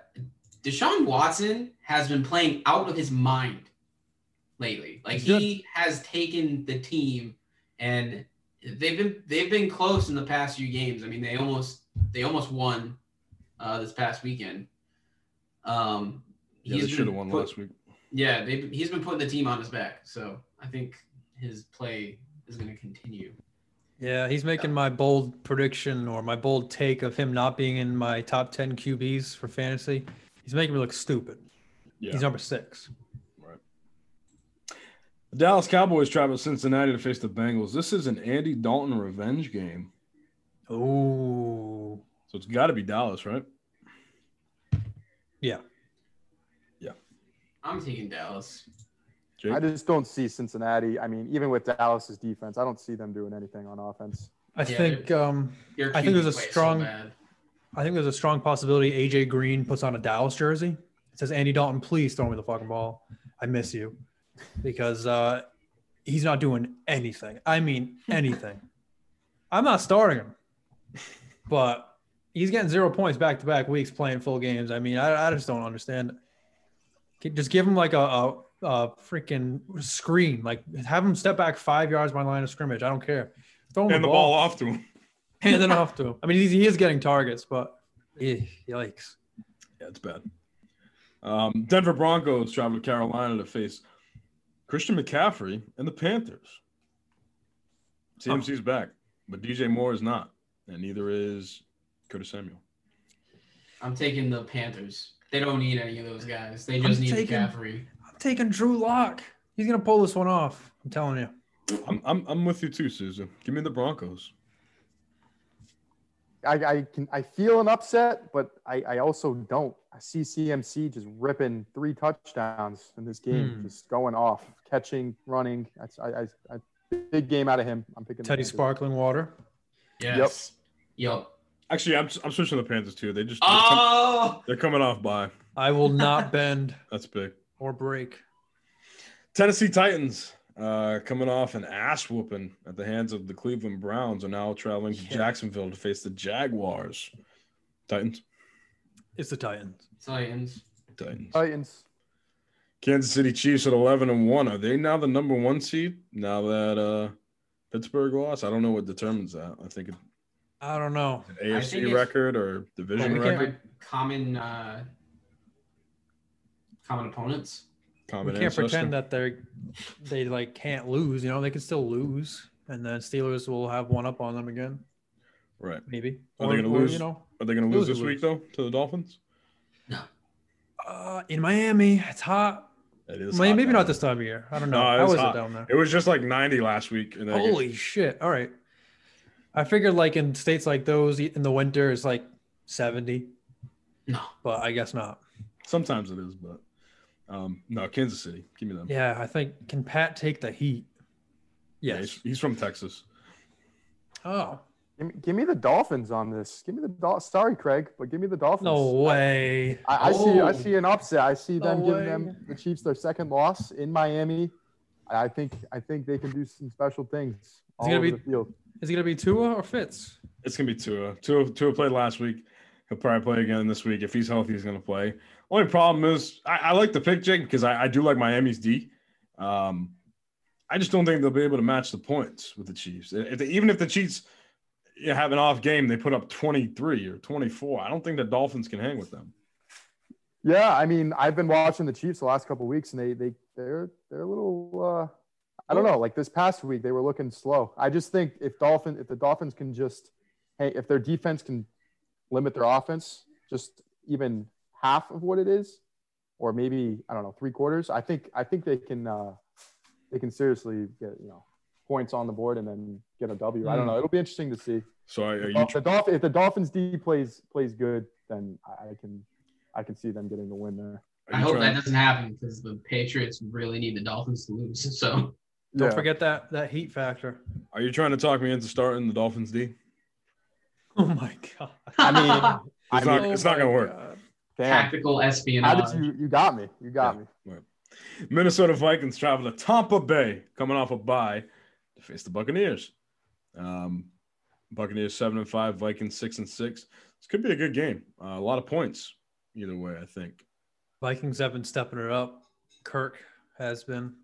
Deshaun Watson has been playing out of his mind lately. Like He's good. he has taken the team, and they've been they've been close in the past few games. I mean, they almost they almost won uh, this past weekend. Um, Yeah, he's they been should have won put- last week. Yeah, they he's been putting the team on his back, so I think his play is going to continue. Yeah, he's making my bold prediction or my bold take of him not being in my top 10 QBs for fantasy. He's making me look stupid. Yeah. He's number six. The Dallas Cowboys travel to Cincinnati to face the Bengals. This is an Andy Dalton revenge game. Oh, So it's got to be Dallas, right? I'm taking Dallas. Jake? I just don't see Cincinnati. I mean, even with Dallas's defense, I don't see them doing anything on offense. I Yeah, think um, Your I think QB there's a play is so strong- bad. I think there's a strong possibility AJ Green puts on a Dallas jersey. It says Andy Dalton, please throw me the fucking ball. I miss you because uh, he's not doing anything. I mean anything. I'm not starting him, but he's getting zero points back to back weeks playing full games. I mean, I, I just don't understand. Ki- Just give him like a, a, a freaking screen. Like have him step back five yards by line of scrimmage. I don't care. Throw him And the ball off to him. hand it off to him. I mean, he's, he is getting targets, but eh, yikes. Yeah, it's bad. Um, Denver Broncos travel to Carolina to face Christian McCaffrey and the Panthers. CMC's back, but DJ Moore is not, and neither is Curtis Samuel. I'm taking the Panthers. They don't need any of those guys. They just I'm need taking- McCaffrey. I'm taking Drew Lock. He's gonna pull this one off. I'm telling you. I'm, I'm, I'm with you too, Susan. Give me the Broncos. I, I can I feel an upset, but I, I also don't. I see CMC just ripping three touchdowns in this game, Hmm. just going off, catching, running. That's I, I, I big game out of him. I'm picking the Teddy Panthers. Sparkling Water. Yes. Yep. Yep. Actually, I'm, I'm switching to the Panthers too. They just they're, com- Oh, they're coming off by. I will not bend That's big. or break. Tennessee Titans uh, coming off an ass whooping at the hands of the Cleveland Browns are now traveling to Yeah. Jacksonville to face the Jaguars. Titans, It's the Titans. Titans. Titans. Oh. Titans. Kansas City Chiefs at 11 and 1. Are they now the number one seed now that uh, Pittsburgh lost? I don't know what determines that. I think it, I don't know. An think AFC it's- record or division we Like, can't- record? common uh, common opponents. We Common can't ancestor? pretend that they they like can't lose. You know, they can still lose, and then Steelers will have one up on them again, Right. maybe. Are they gonna lose? You know, Are they going to lose Those are this week losers. though to the Dolphins? uh, in Miami, it's hot. It is. May- hot maybe down not there. this time of year. I don't know. No, it How is is hot. it down there? It was just like 90 last week. And then it Holy shit! All right, I figured like in states like those in the winter it's like seventy, No, but I guess not. gets- sometimes it is, but um, no, Kansas City. Give me them. Yeah, I think can Pat take the heat? Yeah, Yes. he's, he's from Texas. Oh Give me, give me the Dolphins on this. Give me the Dol- Sorry, Craig, but give me the Dolphins. no way! I, I see. I Oh. see an upset. I see them No giving way. them the Chiefs their second loss in Miami. I I think. I think they can do some special things all gonna over be- the field. Is it gonna be Tua or Fitz? It's gonna be Tua. Tua Tua played last week. He'll probably play again this week if he's healthy. He's gonna play. Only problem is I, I like the pick, Jake, because I, I do like Miami's D. Um, I just don't think they'll be able to match the points with the Chiefs. If they- even if the Chiefs you know, have an off game, they put up 23 or 24. I don't think the Dolphins can hang with them. Yeah, I mean, I've been watching the Chiefs the last couple of weeks, and they they they're they're a little. Uh, I don't know. Like this past week, they were looking slow. I just think if Dolphin, if the Dolphins can just, hey, if their defense can limit their offense, just even half of what it is, or maybe I don't know, three quarters. I think I think they can uh, they can seriously get you know points on the board and then get a W. I don't know. It'll be interesting to see. So are, are you? Well, if the Dolph- if the Dolphins D plays plays good, then I I can I can see them getting the win there. Are I you hope that trying- doesn't happen because the Patriots really need the Dolphins to lose. So Don't forget that that heat factor. are you trying to talk me into starting the Dolphins D? Oh my god! I mean, It's I not. Oh it's not my gonna work. God. damn. tactical How espionage. did you you got me? You got me. Minnesota Vikings travel to Tampa Bay, coming off a bye to face the Buccaneers. Um, Buccaneers seven and five, Vikings six and six. This could be a good game. Uh, a lot of points either way. I think Vikings have been stepping it up. Kirk has been.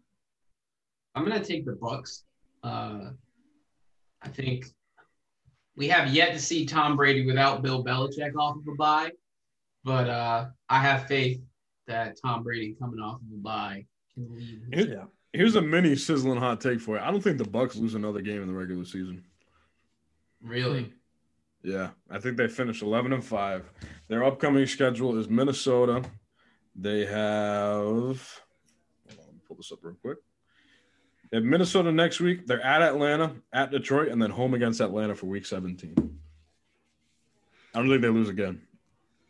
I'm gonna take the Bucks. Uh, I think we have yet to see Tom Brady without Bill Belichick off of a bye, but uh, I have faith that Tom Brady coming off of a bye can lead. his Here- Yeah. here's a mini sizzling hot take for you. I don't think the Bucks lose another game in the regular season. Really? Yeah, I think they finished eleven and five. Their upcoming schedule is Minnesota. They have. Hold on, let me pull this up real quick. They have Minnesota next week. They're at Atlanta, at Detroit, and then home against Atlanta for Week 17. I don't think they lose again.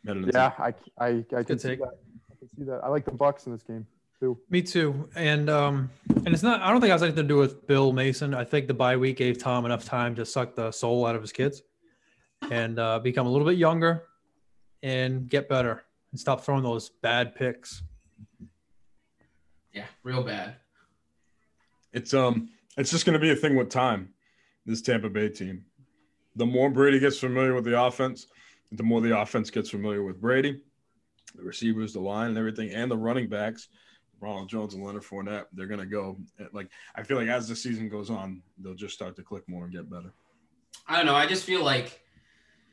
Heading into- Yeah, I I, I can good see take. that. I can see that. I like the Bucks in this game too. Me too. And um, and it's not. I don't think it has anything to do with Bill Mason. I think the bye week gave Tom enough time to suck the soul out of his kids, and uh, become a little bit younger, and get better, and stop throwing those bad picks. Yeah, real bad. It's um, it's just going to be a thing with time. This Tampa Bay team. The more Brady gets familiar with the offense, the more the offense gets familiar with Brady, the receivers, the line, and everything, and the running backs, Ronald Jones and Leonard Fournette. They're going to go like I feel like as the season goes on, they'll just start to click more and get better. I don't know. I just feel like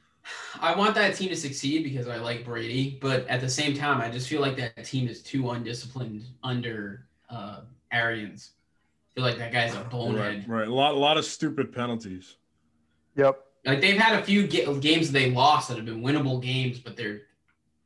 I want that team to succeed because I like Brady, but at the same time, I just feel like that team is too undisciplined under uh, Arians. I feel like that guy's a Right, bonehead. right. A lot, a lot of stupid penalties. Yep. Like they've had a few ga- games that they lost that have been winnable games, but their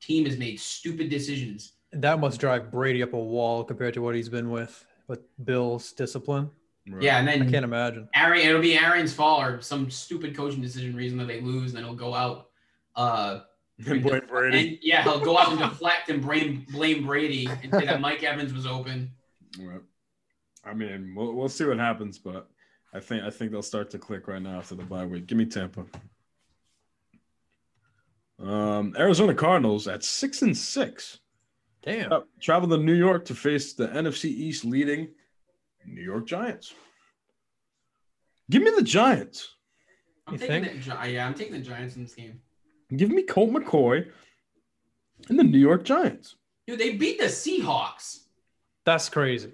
team has made stupid decisions. That must drive Brady up a wall compared to what he's been with with Bill's discipline. Right. Yeah, I and can't then imagine. Ari, it'll be Arian's fault or some stupid coaching decision reason that they lose, and then he'll go out. Uh, and blame Brady. And yeah, he'll go out and deflect and blame blame Brady and say that Mike Evans was open. Right. I mean, we'll, we'll see what happens, but I think I think they'll start to click right now after the bye week. Give me Tampa. Um, Arizona Cardinals at six and six Damn. uh, travel to New York to face the NFC East leading New York Giants. Give me the Giants. I'm You taking think? the Gi- yeah, I'm taking the Giants in this game. Give me Colt McCoy and the New York Giants. Dude, they beat the Seahawks. That's crazy.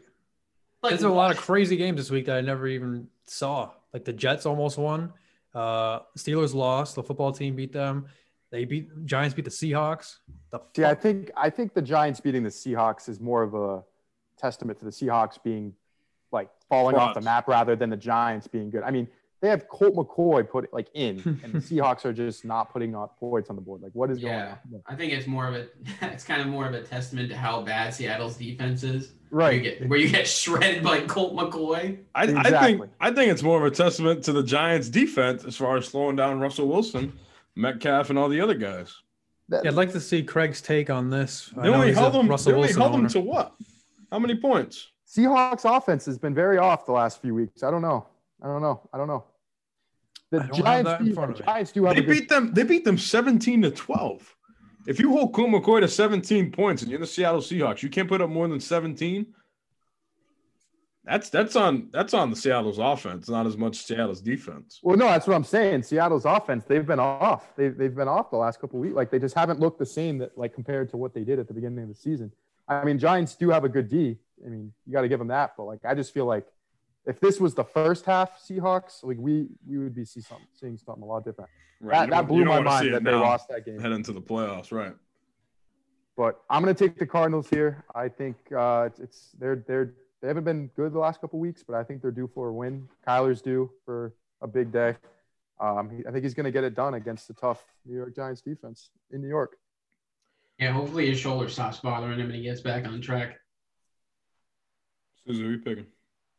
Like There's a lot of crazy games this week that I never even saw. Like the Jets almost won. Uh, Steelers lost. The football team beat them. They beat Giants beat the Seahawks. The See, I fuck- think I think the Giants beating the Seahawks is more of a testament to the Seahawks being like falling off the Frauds. map rather than the Giants being good. I mean, they have Colt McCoy put like in, and the Seahawks are just not putting up points on the board. Like, what is going Yeah. on? I think it's more of a it's kind of more of a testament to how bad Seattle's defense is. Where you Right. get where you get shredded by Colt McCoy. I, I think Exactly. I think it's more of a testament to the Giants' defense as far as slowing down Russell Wilson, Metcalf, and all the other guys. That- Yeah, I'd like to see Craig's take on this. I They know only he's a held them. Russell they only Wilson held them owner. to what? How many points? Seahawks offense has been very off the last few weeks. I don't know. I don't know. I don't know. The I don't have Giants, that in do, front of me. Giants do have They a good beat them. They beat them seventeen to twelve. If you hold Cool McCoy to seventeen points and you're the Seattle Seahawks, you can't put up more than seventeen. That's that's on that's on the Seattle's offense, not as much Seattle's defense. Well, no, that's what I'm saying. Seattle's offense, they've been off. They, they've been off the last couple of weeks. Like, they just haven't looked the same that, like, compared to what they did at the beginning of the season. I mean, Giants do have a good D. I mean, you got to give them that. But, like, I just feel like if this was the first half Seahawks, like, we, we would be see something, seeing something a lot different. Right? that You that don't- you blew don't wanna my see mind it that they now. lost that game. head into the playoffs, right? But I'm going to take the Cardinals here. I think uh, it's- it's they're they're they haven't been good the last couple weeks, but I think they're due for a win. Kyler's due for a big day. Um, he- I think he's going to get it done against the tough New York Giants defense in New York. Yeah, hopefully his shoulder stops bothering him and he gets back on track. Susan, who you picking?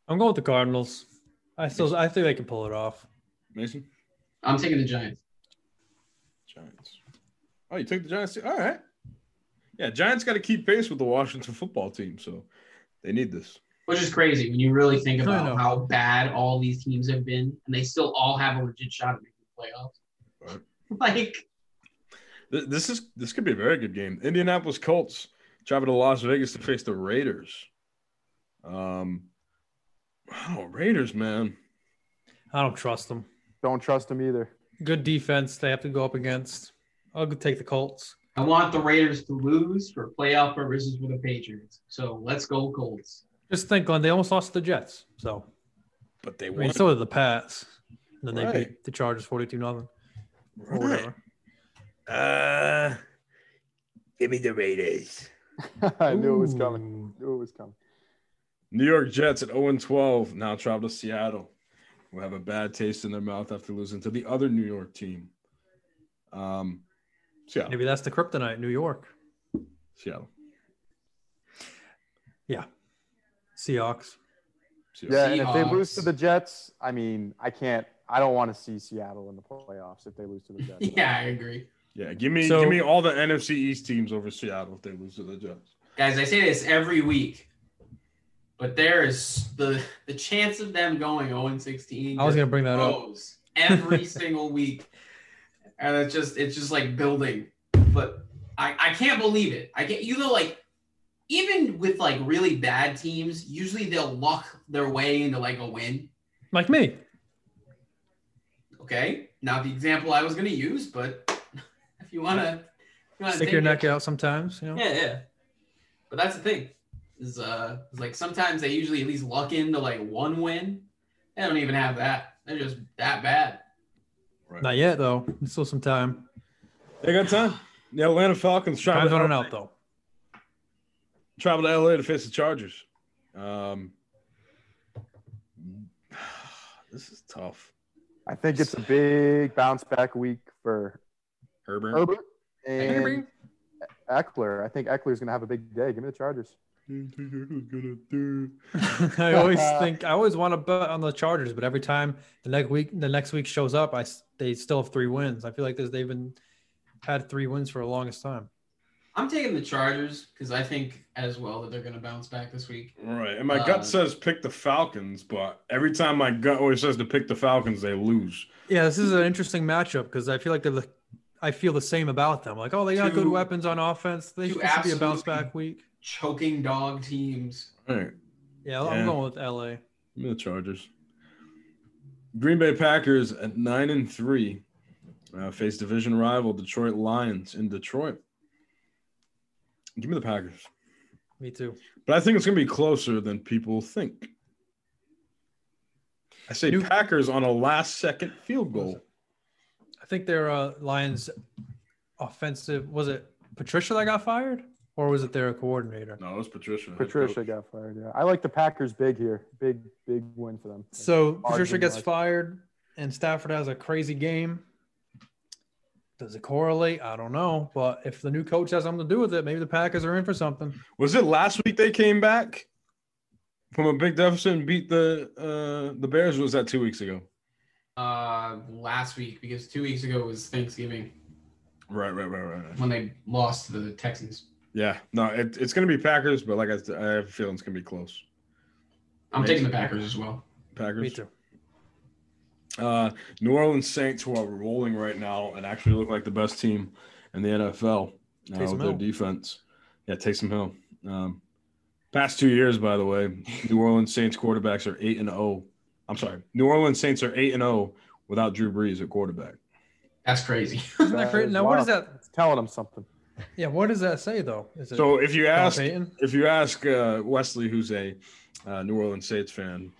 I'm going with the Cardinals. I still I think they can pull it off. Mason? I'm taking the Giants. Giants. Oh, you took the Giants. too? All right. Yeah, Giants got to keep pace with the Washington football team, so they need this. Which is crazy when you really think I know. about how bad all these teams have been, and they still all have a legit shot at making the playoffs. Like, Th- This is this could be a very good game. Indianapolis Colts travel to Las Vegas to face the Raiders. Um, oh, Raiders, man. I don't trust them. Don't trust him either. Good defense they have to go up against. I'll take the Colts. I want the Raiders to lose for playoff purposes with the Patriots. So let's go Colts. Just think on they almost lost to the Jets. So But they I won. mean, so did the Pats. And then they Right. beat the Chargers 42 nothing or Right. whatever. Uh, give me the Raiders. I knew it was coming. Ooh. Knew it was coming. New York Jets at 0 12 now travel to Seattle. Will have a bad taste in their mouth after losing to the other New York team. Um, Seattle. Maybe that's the kryptonite, New York. Seattle. Seahawks. Seattle. Yeah, and if they lose to Seahawks. the Jets, I mean, I can't. I don't want to see Seattle in the playoffs if they lose to the Jets. Yeah, I agree. Yeah, give me So- give me all the NFC East teams over Seattle if they lose to the Jets. Guys, I say this every week, but there is the the chance of them going 0 16 I was gonna bring that up. grows every single week. And it's just it's just like building. But I, I can't believe it. I can't you know like even with like really bad teams, usually they'll luck their way into like a win. Like me. Okay. Not the example I was gonna use, but if you wanna, if you wanna Stick take your it- neck out sometimes, you know. Yeah, yeah. But that's the thing. Is uh is like sometimes they usually at least luck into like one win. They don't even have that. They're just that bad. Right. Not yet though. There's still some time. They got time. The Atlanta Falcons travel Time's running to, out though. travel to LA to face the Chargers. Um, this is tough. I think it's a big bounce back week for Herbert. Herbert and Eckler. I think Eckler's going to have a big day. Give me the Chargers. Gonna do. I always think I always want to bet on the Chargers, but every time the next week the next week shows up, I s- they still have three wins. I feel like this they've been had three wins for the longest time. I'm taking the Chargers because I think as well that they're going to bounce back this week. Right. And my Uh, gut says pick the Falcons, but every time my gut always says to pick the Falcons, they lose. Yeah, this is an interesting matchup because I feel like they're the, I feel the same about them. Like, oh, they got good Two- weapons on offense. They two should this should be a absolutely- bounce back week. Choking dog teams. All right. Yeah, Yeah. I'm going with LA. Give me the Chargers. Green Bay Packers at nine and three uh, face division rival Detroit Lions in Detroit. Give me the Packers, Me too. but I think it's going to be closer than people think. I say New- Packers on a last second field goal. I think their uh, Lions offensive was it Patricia that got fired, or was it their coordinator? No, it was Patricia. head Patricia coach. got fired. Yeah, I like the Packers big here. Big big win for them. So Hard Patricia to gets watch. fired, and Stafford has a crazy game. Does it correlate? I don't know. But if the new coach has something to do with it, maybe the Packers are in for something. Was it last week they came back from a big deficit and beat the uh, the Bears? Or was that two weeks ago? Uh, last week because two weeks ago was Thanksgiving Right, right, right, right. right. when they lost to the Texans. Yeah, no, it, it's going to be Packers, but like I, said, I have a feeling it's going to be close. I'm Amazing. taking the Packers as well. Packers. Me too. Uh, New Orleans Saints, who are rolling right now and actually look like the best team in the NFL uh, Taysom with their Hill. defense. Yeah, Taysom Hill. Um, past two years, by the way, New Orleans Saints quarterbacks are eight and zero. I'm sorry, New Orleans Saints are eight and zero without Drew Brees at quarterback. That's crazy. Isn't that crazy? Now, what is that? It's telling them something. Yeah, what does that say though? Is it So if you Sean ask, Payton? if you ask uh, Wesley, who's a uh, New Orleans Saints fan,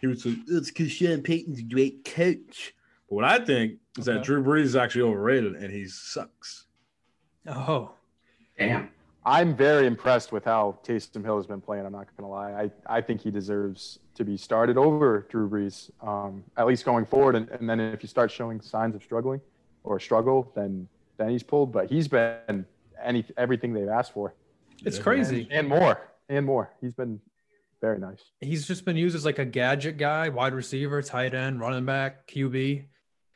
he would say it's because Sean Payton's a great coach. But what I think is that Okay. Drew Brees is actually overrated and he sucks. Oh, Damn. I'm very impressed with how Taysom Hill has been playing. I'm not going to lie. I, I think he deserves to be started over Drew Brees, um, at least going forward. And, and then if you start showing signs of struggling or struggle, then then he's pulled. But he's been any everything they've asked for it's Yeah. crazy. and more and more. He's been very nice. He's just been used as like a gadget guy, wide receiver, tight end, running back, QB.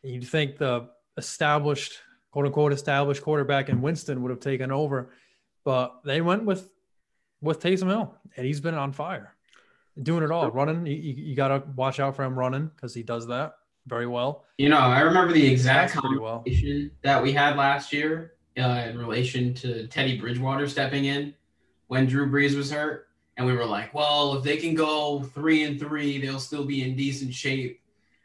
You'd think the established, quote unquote, established quarterback in Winston would have taken over, but they went with with Taysom Hill, and he's been on fire, doing it all. Running, you, you you gotta watch out for him running because he does that very well. You know, I remember the exact That's pretty well. conversation that we had last year uh, in relation to Teddy Bridgewater stepping in when Drew Brees was hurt, and we were like, "Well, if they can go three and three, they'll still be in decent shape."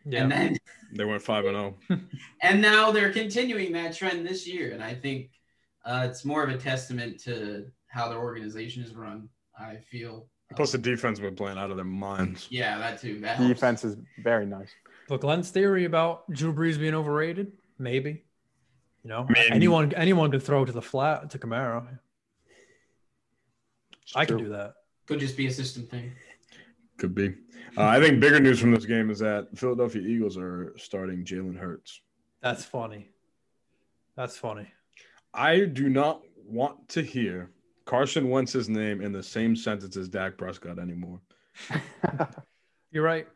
Yeah, And then, They went five and oh. zero. and now they're continuing that trend this year, and I think uh, it's more of a testament to how their organization is run. I feel. uh, Plus, the defense been playing out of their minds. yeah, that too. That helps. Defense is very nice. But Glenn's theory about Drew Brees being overrated, maybe. You know, Maybe. anyone anyone could throw to the flat to Camaro. I can do that. could just be a system thing. Could be. Uh, I think bigger news from this game is that Philadelphia Eagles are starting Jalen Hurts. That's funny. That's funny. I do not want to hear Carson Wentz's name in the same sentence as Dak Prescott anymore. You're right.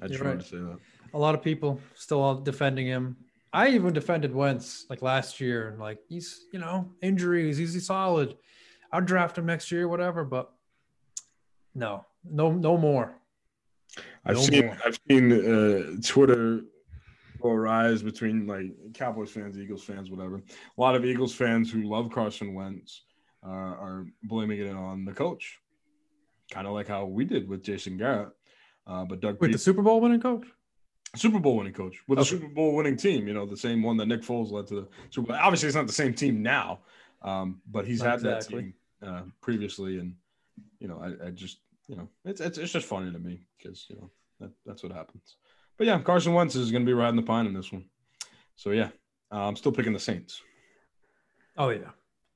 I just You're wanted right. to say that. A lot of people still all defending him. I even defended Wentz like last year and like he's you know injuries. He's he's solid. I'll draft him next year, whatever. But no, no, no more. I've No seen more. I've seen uh, Twitter will rise between like Cowboys fans, Eagles fans, whatever. A lot of Eagles fans who love Carson Wentz uh, are blaming it on the coach, kind of like how we did with Jason Garrett. Uh, but Doug With the Peterson- Super Bowl winning coach. Super Bowl winning coach with a Okay. Super Bowl winning team. You know, the same one that Nick Foles led to the Super Bowl. Obviously, it's not the same team now, um, but he's Not had exactly. that team uh, previously, and you know, I, I just you know, it's, it's it's just funny to me because you know that, that's what happens. But yeah, Carson Wentz is going to be riding the pine in this one. So yeah, uh, I'm still picking the Saints. Oh yeah.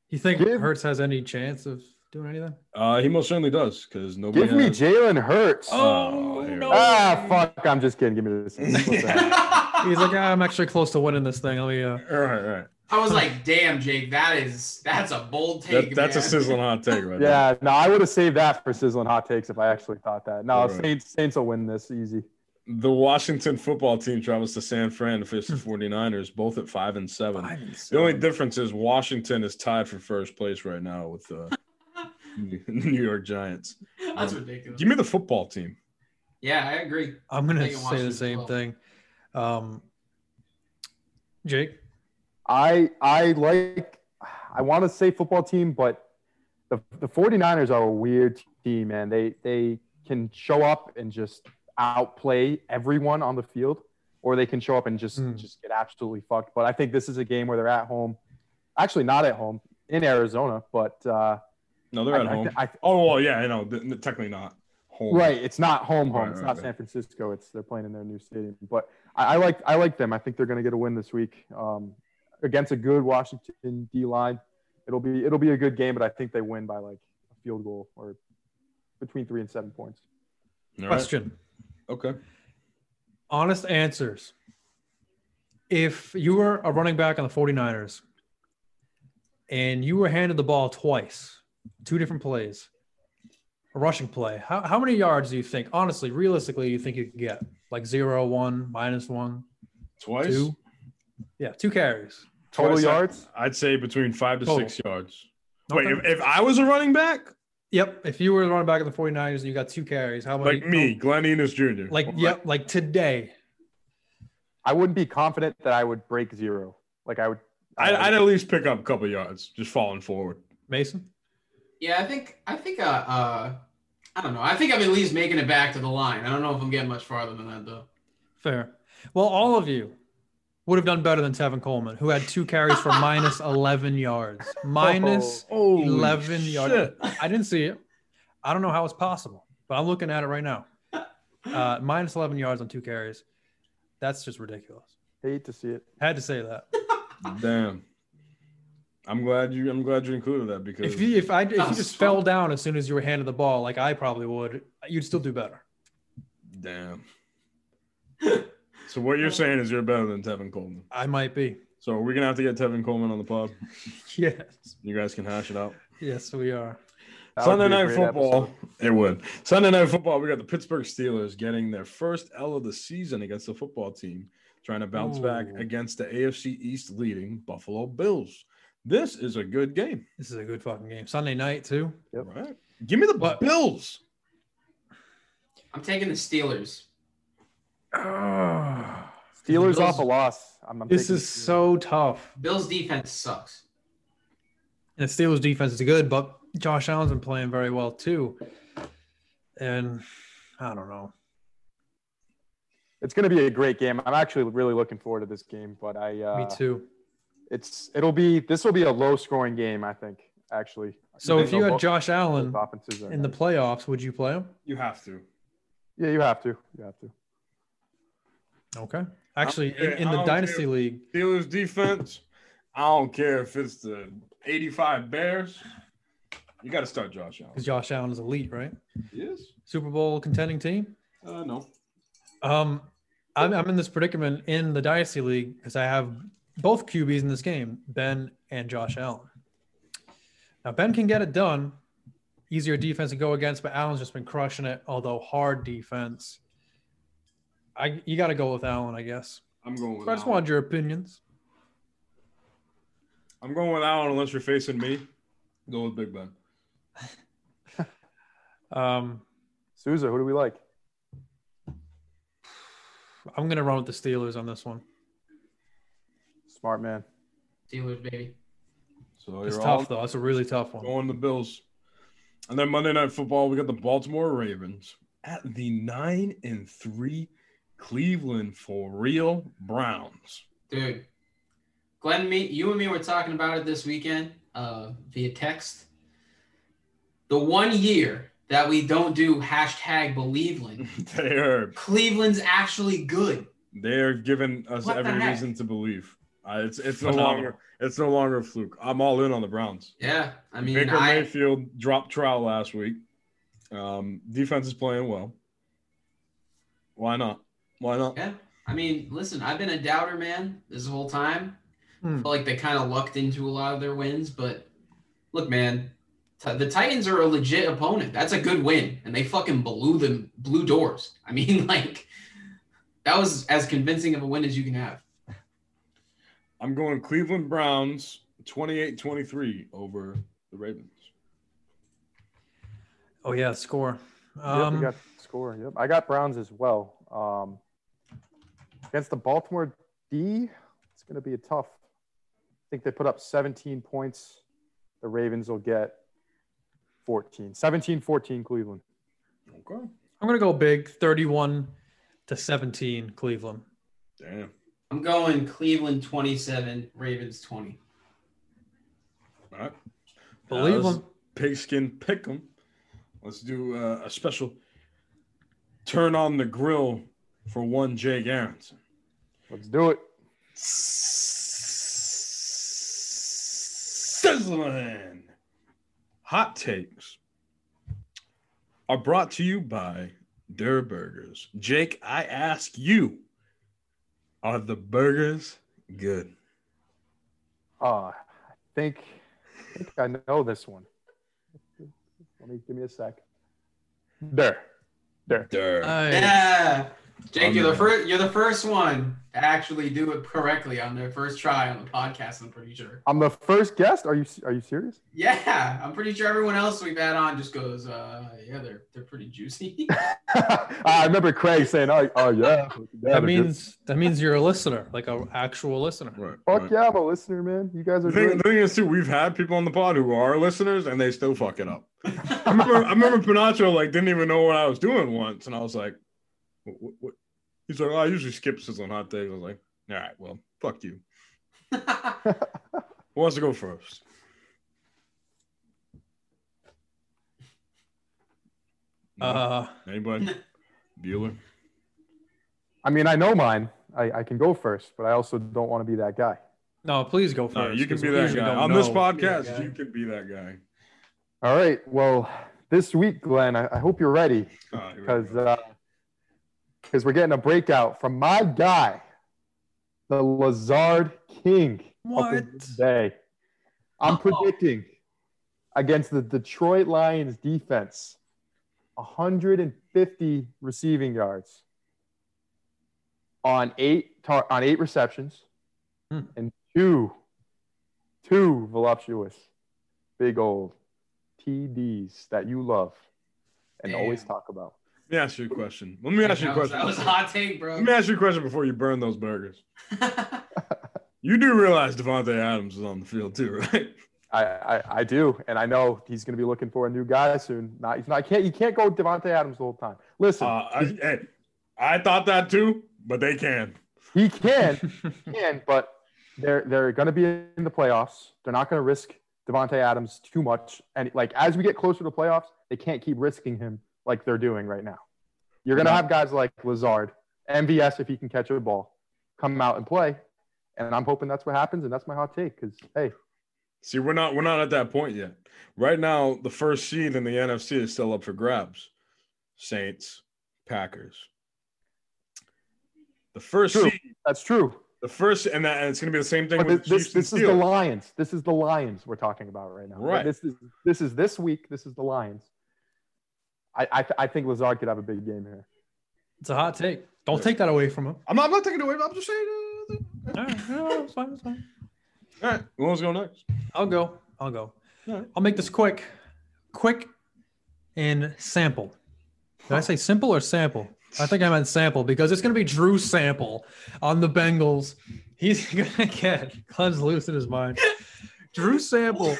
You think Give- Hertz has any chance of doing anything? Uh, he most certainly does because nobody. Give me has- Jalen Hurts. Oh, here we no. go. Ah, fuck! I'm just kidding. Give me this. What's that? He's like, "Ah, I'm actually close to winning this thing. Let me. Uh, All right, all right. I was like, damn, Jake, that is that's a bold take. That, that's a man." sizzling hot take right there. Yeah, no, I would have saved that for sizzling hot takes if I actually thought that. No, All right. Saints, Saints will win this easy. The Washington football team travels to San Fran to face the 49ers, both at five and seven. The only difference is Washington is tied for first place right now with the New York Giants. That's ridiculous. Give me the football team. Yeah, I agree. I'm gonna Taking say Washington the as same well. thing. Um, Jake, I I like I want to say football team, but the, the 49ers are a weird team, man. They they can show up and just outplay everyone on the field, or they can show up and just Hmm. just get absolutely fucked. But I think this is a game where they're at home. Actually, not at home in Arizona, but uh, No, they're at I- I- home. I- oh, well, yeah, I know. th- n- Technically not home. Right. It's not home home. Right, It's right, not right. San Francisco. It's they're playing in their new stadium. But I, I like I like them. I think they're going to get a win this week um, against a good Washington D line. It'll be it'll be a good game, but I think they win by like a field goal or between three and seven points. All right. Question. Okay. honest answers. If you were a running back on the 49ers and you were handed the ball twice, two different plays, a rushing play, how, how many yards do you think, honestly, realistically, you think you could get? Like zero, one, minus one, Twice. two? Yeah, two carries. Total Twice, I- yards. I'd say between five to Total. six yards. Okay. Wait, if, if I was a running back, yep. If you were the running back on the 49ers and you got two carries, how many? like me, Glenn Enos Jr. Like, Or yep, like today. I wouldn't be confident that I would break zero. Like I would. I'd, uh, I'd at least pick up a couple yards, just falling forward. Mason? Yeah, I think I think uh, uh I don't know. I think I'm at least making it back to the line. I don't know if I'm getting much farther than that though. Fair. Well, all of you would have done better than Tevin Coleman, who had two carries for minus 11 yards. Minus, Oh, 11 yards. I didn't see it. I don't know how it's possible, but I'm looking at it right now. Uh, minus 11 yards on two carries. That's just ridiculous. Oh, hate to see it. Had to say that. Damn. I'm glad you. I'm glad you included that because If you, if I if you That's just fun. fell down as soon as you were handed the ball, like I probably would, you'd still do better. damn. so what you're saying is you're better than Tevin Coleman. I might be. So we're gonna have to get Tevin Coleman on the pod. Yes. You guys can hash it out. Yes, we are. That would Sunday be a night great football. episode. It would. Sunday night football. We got the Pittsburgh Steelers getting their first L of the season against the football team, trying to bounce back Ooh. against the AFC East leading Buffalo Bills. This is a good game. This is a good fucking game. Sunday night, too. Yep. Right? Give me the But- Bills. I'm taking the Steelers. Steelers Bills- off a loss. I'm, I'm This taking is the Steelers. so tough. Bills defense sucks. And the Steelers defense is good, but Josh Allen's been playing very well too. And I don't know. It's going to be a great game. I'm actually really looking forward to this game, but I uh, Me too. It's it'll be this will be a low scoring game, I think. Actually, So if you had Both Josh Allen offenses are in the nice. playoffs, would you play him? You have to. yeah, you have to, you have to. Okay. Actually, in, yeah, in I the don't Dynasty care. League, Steelers defense. I don't care if it's the 85 Bears. You got to start Josh because Allen. Josh Allen is elite, right? Yes. Super Bowl contending team. Uh, no. Um, I'm, I'm in this predicament in the Dynasty League because I have both QBs in this game, Ben and Josh Allen. Now, Ben can get it done. Easier defense to go against, but Allen's just been crushing it, although hard defense. I You got to go with Allen, I guess. I'm going with. But I just Allen. wanted your opinions. I'm going with Allen unless you're facing me. Go with Big Ben. Um, Souza, who do we like? I'm going to run with the Steelers on this one. Smart man. Steelers, baby. So It's you're all tough, though. It's a really tough one. going the Bills. And then Monday Night Football, we got the Baltimore Ravens at the nine and three Cleveland for real Browns. Dude. Glenn, me, you and me were talking about it this weekend uh, via text. The one year that we don't do hashtag Believeland, they are Cleveland's actually good. they're giving us What the every heck? reason to believe. Uh, it's it's no Phenomenal. longer it's no longer a fluke. I'm all in on the Browns. Yeah, I mean, Baker I, Mayfield dropped trial last week. Um, defense is playing well. Why not? Why not? yeah, I mean, listen, I've been a doubter, man, this whole time. Hmm. Felt like they kind of lucked into a lot of their wins, but look, man, t- the Titans are a legit opponent. That's a good win, and they fucking blew them, blew doors. I mean, like that was as convincing of a win as you can have. I'm going Cleveland Browns 28-23 over the Ravens. Oh, yeah, score. yep, we Um, got score. Yep, I got Browns as well. Um, against the Baltimore D, it's going to be a tough. I think they put up 17 points. The Ravens will get 14, 17-14 Cleveland. Okay. I'm going to go big 31 to 17, Cleveland. Damn. I'm going Cleveland 27, Ravens 20. All right. Believe Now, let's them. Pigskin pick 'em. Let's do uh, a special turn on the grill for one Jake Aronson. Let's do it. Sizzling hot takes are brought to you by Der Burgers. Jake, I ask you, are the burgers good? Uh, I think I think I know this one. Let me give me a sec. There. There. Der. Uh, Yeah. Jake, I'm you're the not. first. You're the first one to actually do it correctly on their first try on the podcast. I'm pretty sure. I'm the first guest. Are you are you serious? Yeah, I'm pretty sure everyone else we've had on just goes, uh, yeah, they're they're pretty juicy. I remember Craig saying, "Oh, oh yeah, yeah that they're good." means that means you're a listener, like a actual listener. right, fuck right. yeah, I'm a listener, man. You guys The are thing, doing the thing is, too, we've had people on the pod who are listeners and they still fuck it up. I remember, I remember Pinacho like didn't even know what I was doing once, and I was like, "What?" what, what? He's like, oh, "I usually skip sizzling hot takes." I was like, "All right, well, fuck you." Who wants to go first? Uh-huh. Uh, Anybody? Bueller. I mean, I know mine. I, I can go first, but I also don't want to be that guy. no, please go first. No, you can 'cause be we that usually guy don't on this know who that podcast. guy You can be that guy. All right. Well, this week, Glenn, I, I hope you're ready Ah, here we because uh, go. because we're getting a breakout from my guy, the Lazard King. up in What? Green Bay. I'm predicting against the Detroit Lions defense, 150 receiving yards on eight tar- on eight receptions Hmm. and two two voluptuous big old TDs that you love and always Damn. talk about. Let me ask you a question. Let me ask you a That was- question. That was a hot take, bro. Let me ask you a question before you burn those burgers. You do realize Devontae Adams is on the field too, right? I, I, I do, and I know he's going to be looking for a new guy soon. Not, he's not, I can't, you can't go Devonte Adams the whole time. Uh, Listen, I, hey, I thought that too, but they can. he can, can, but they're they're going to be in the playoffs. They're not going to risk Devonte Adams too much. And like as we get closer to the playoffs, they can't keep risking him like they're doing right now. You're going to Yeah. have guys like Lazard, MVS if he can catch a ball, come out and play. And I'm hoping that's what happens. And that's my hot take because hey, See, we're not we're not at that point yet. Right now, the first seed in the NFC is still up for grabs. Saints, Packers. The first True. seed, that's true. the first, and, that, and it's going to be the same thing But with this the this, Chiefs and this is the Steelers. Lions. This is the Lions we're talking about right now. Right. This is this is this week. This is the Lions. I I, I think Lazard could have a big game here. It's a hot take. Don't Yeah. take that away from him. I'm not, I'm not taking it away. I'm just saying. uh, All right, no, it's fine, it's fine. All right, who wants to go next? I'll go. I'll go. All right. I'll make this quick, quick, and sample. Did I say simple or sample? I think I meant sample because it's going to be Drew Sample on the Bengals. He's going to get Glenn's losing his mind. Drew Sample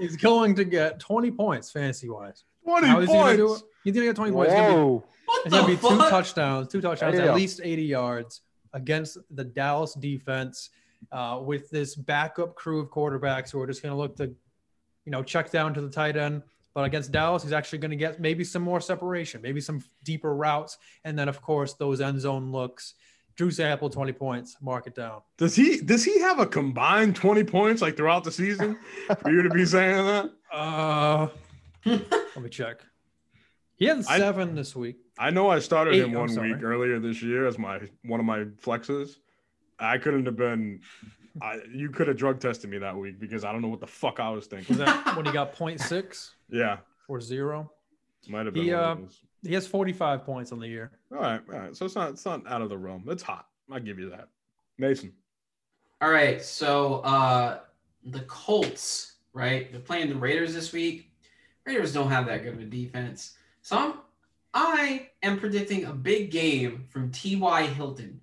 is going to get 20 points fantasy wise. Twenty How is he going to do it? points. He's going to get 20 points. He's gonna be- Whoa! what It's gonna the be two fuck? touchdowns, two touchdowns, Yeah. at least 80 yards against the Dallas defense uh, with this backup crew of quarterbacks who are just gonna look to, you know, check down to the tight end. But against Dallas, he's actually gonna get maybe some more separation, maybe some deeper routes, and then of course those end zone looks. Drew Sample, 20 points, mark it down. Does he does he have a combined twenty points like throughout the season for you to be saying that? Uh, let me check. He had I- seven this week. I know I started Eight, him I'm one sorry. week earlier this year as my one of my flexes. I couldn't have been. I, you could have drug tested me that week because I don't know what the fuck I was Was thinking. that when he got 0.6 Yeah, or zero? might have been. He, one of uh, those. He has 45 points on the year. all right, all right. So it's not it's not out of the realm. It's hot. I give you that, Mason. All right, so uh the Colts, right? They're playing the Raiders this week. Raiders don't have that good of a defense. So I'm, I am predicting a big game from T.Y. Hilton.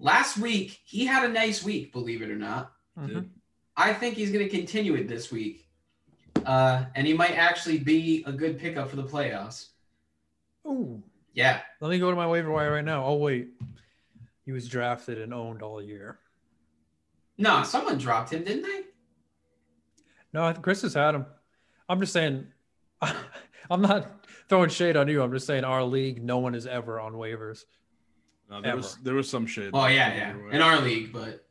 Last week, he had a nice week, believe it or not. Mhm. I think he's going to continue it this week. Uh, and he might actually be a good pickup for the playoffs. Mm-hmm. Ooh. Yeah. Let me go to my waiver wire right now. Oh wait, he was drafted and owned all year. No, someone dropped him, didn't they? No, I think Chris has had him. I'm just saying, I'm not. throwing shade on you. I'm just saying, our league, no one is ever on waivers. No, there, Ever. was, there was some shade. Well, Oh, yeah, yeah, in our league, but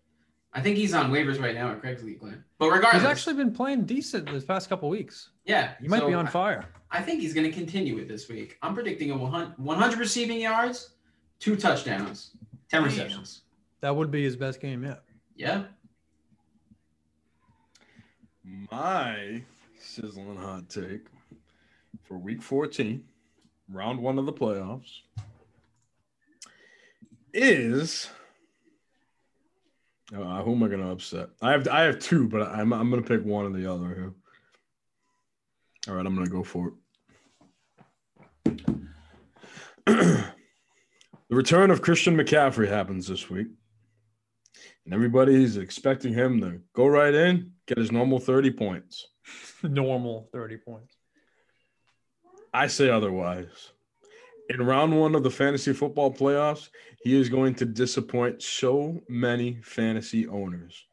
I think he's on waivers right now at Craig's league, Glenn. But regardless, He's actually been playing decent this past couple weeks. yeah, You might so be on I- fire. I think he's going to continue it this week. I'm predicting a 100 100 receiving yards, two touchdowns, 10 receptions. That would be his best game yet. Yeah. My sizzling hot take for week 14, round one of the playoffs, is uh, who am I going to upset? I have I have two, but I'm I'm going to pick one or the other here. All right, I'm going to go for it. the return of Christian McCaffrey happens this week and everybody's expecting him to go right in, get his normal 30 points. Normal 30 points. I say otherwise. In round one of the fantasy football playoffs, he is going to disappoint so many fantasy owners.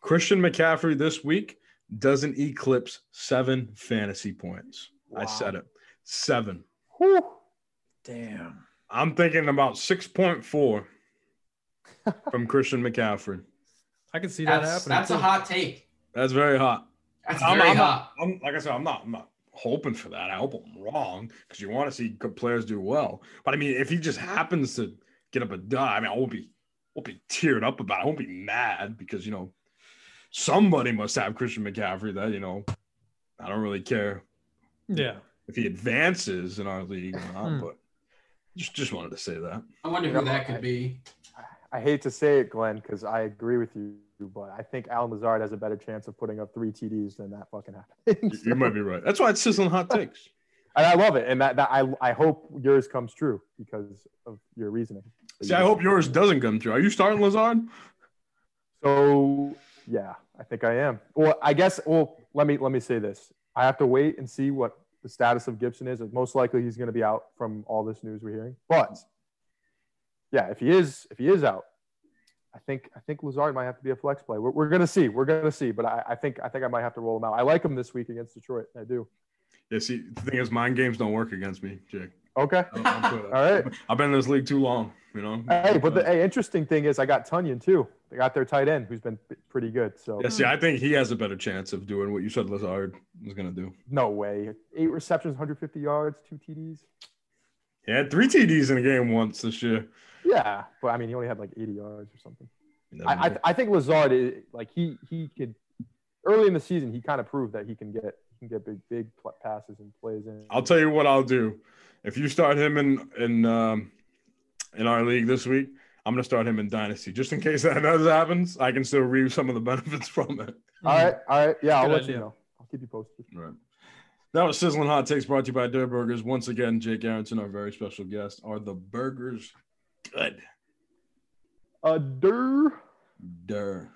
Christian McCaffrey this week doesn't eclipse seven fantasy points. I said it. Seven. Whew. Damn. I'm thinking about 6.4 from Christian McCaffrey. I can see that That's, happening. that's a too. hot take. That's very hot. That's I'm- very I'm- hot. I'm like I said, I'm not, I'm not hoping for that. I hope I'm wrong because you want to see good players do well. But I mean, if he just happens to get up a dud, I mean, I won't be, won't be teared up about. it. I won't be mad because you know somebody must have Christian McCaffrey. That you know, I don't really care Yeah. if he advances in our league or Hmm. not. but just just wanted to say that. I wonder who that could be. I hate to say it, Glenn, because I agree with you, but I think Alan Lazard has a better chance of putting up three TDs than that fucking You, happens. you might be right. That's why it's sizzling hot takes. and I love it, and that, that I I hope yours comes true because of your reasoning. See, I hope yours doesn't come true. Are you starting Lazard? So yeah, I think I am. Well, I guess. Well, let me let me say this. I have to wait and see what the status of Gibson is. Most likely, he's going to be out from all this news we're hearing. But yeah, if he is, if he is out, I think I think Lazard might have to be a flex play. We're, we're going to see. We're going to see. But I, I think I think I might have to roll him out. I like him this week against Detroit. I do. Yeah. See, the thing is, mind games don't work against me, Jake. Okay. I don't- I'm good. All right. I've been in this league too long, you know. Uh, Hey, but the hey, interesting thing is I got Tunyon too. They got their tight end who's been p- pretty good. So yeah, see, I think he has a better chance of doing what you said Lazard was gonna do. no way. Eight receptions, 150 yards, two TDs. He had three TDs in a game once this year. Yeah, but I mean, he only had like 80 yards or something. You never I, I, know. I think Lazard is like he he could early in the season he kind of proved that he can get he can get big big pl- passes and plays in. I'll tell you what I'll do. If you start him in in um, in our league this week, I'm gonna start him in Dynasty just in case that does happens. I can still reap some of the benefits from it. all right, all right, yeah, I'll Good let idea. you know. I'll keep you posted. Right. That was Sizzling Hot Takes brought to you by Dirt Burgers. Once again, Jake Arrington, our very special guest. Are the burgers good? Uh, der. Durr.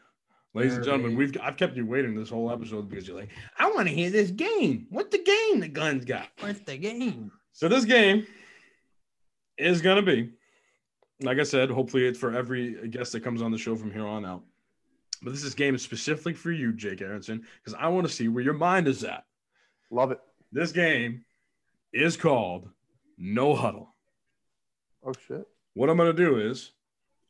Ladies and Durr, gentlemen, baby. we've I've kept you waiting this whole episode because you're like, I want to hear this game. What the game the guns got? Where's the game? So this game is gonna be, like I said, hopefully it's for every guest that comes on the show from here on out. But this is game is specifically for you, Jake Aronson, because I want to see where your mind is at. love it. This game is called No Huddle. Oh shit. What I'm going to do is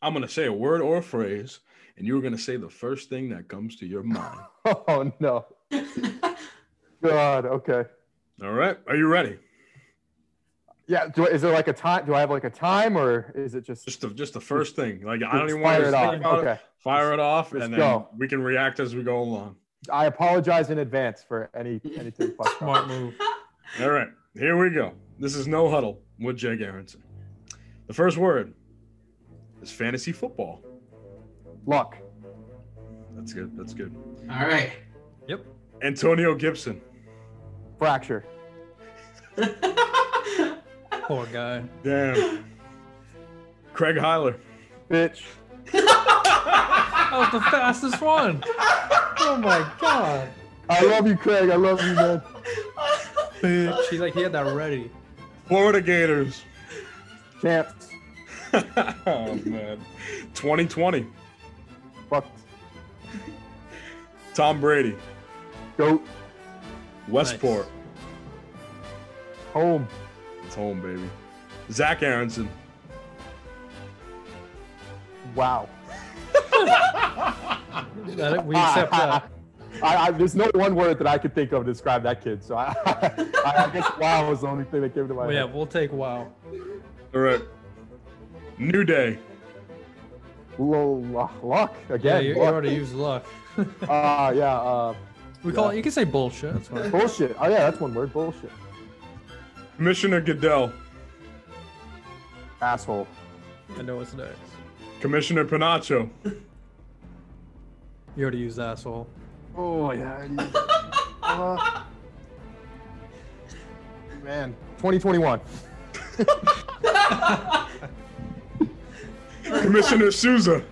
I'm going to say a word or a phrase, and you're going to say the first thing that comes to your mind. Oh no. God. Okay. All right. Are you ready? Yeah. Do, is there like a time? Do I have like a time or is it just? Just the just the first thing. Like I just don't even want to think fire it off. about it. Okay. Fire it off, Let's and then go. we can react as we go along. I apologize in advance for any anything fucked up. Smart move. All right. Here we go. This is no huddle with Jake Aronson. The first word is fantasy football. Luck. That's good. That's good. All right. Antonio Gibson. Fracture. Poor guy. Damn. Craig Heiler. Bitch. That was the fastest one. Oh my god. I love you, Craig. I love you, man. She's like, he had that ready. Florida Gators. Champs. oh man. 2020. Fucked. Tom Brady. Goat. Westport. Home. It's home, baby. Zach Aronson. Wow. That- we accept that. I, I, there's no one word that I could think of to describe that kid. So I, I, I guess wow was the only thing that came to my Well, yeah, head. we'll take wow. All right. New Day. Low luck, luck Yeah, again. you, you luck. already used luck. Uh, yeah. Uh, we call Yeah. it. You can say bullshit. That's fine. bullshit. Oh yeah, that's one word. Bullshit. Commissioner Goodell. Asshole. I know what's next. Commissioner Panacho. You already used asshole. Oh yeah. Uh, man, 2021. Commissioner Souza.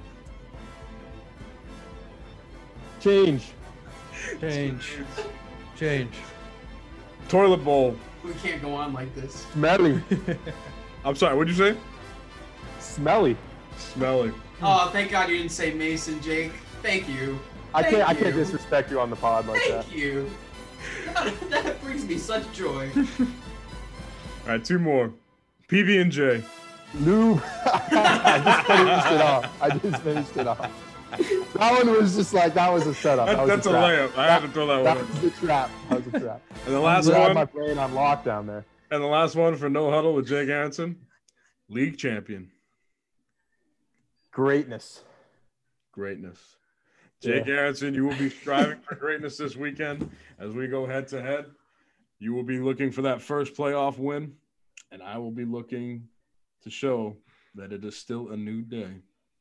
Change. Change. Change. Toilet bowl. We can't go on like this. Smelly. I'm sorry, what'd you say? Smelly. Smelly. Oh, thank God you didn't say Mason, Jake. Thank you. I can't. Thank I can't you. disrespect you on the pod like that. Thank you. that brings me such joy. All right, two more. PB and J. Lube. I just finished it off. I just finished it off. That one was just like that was a setup. That, That, was that's a a, trap. layup. I had to throw that That one. was a trap. That was a trap. in. And the last I'm glad one. My brain on lockdown there. And the last one for no huddle with Jake Aronson, league champion, Greatness. greatness. Jake Aronson, you will be striving for greatness this weekend as we go head to head. You will be looking for that first playoff win, and I will be looking to show that it is still a new day.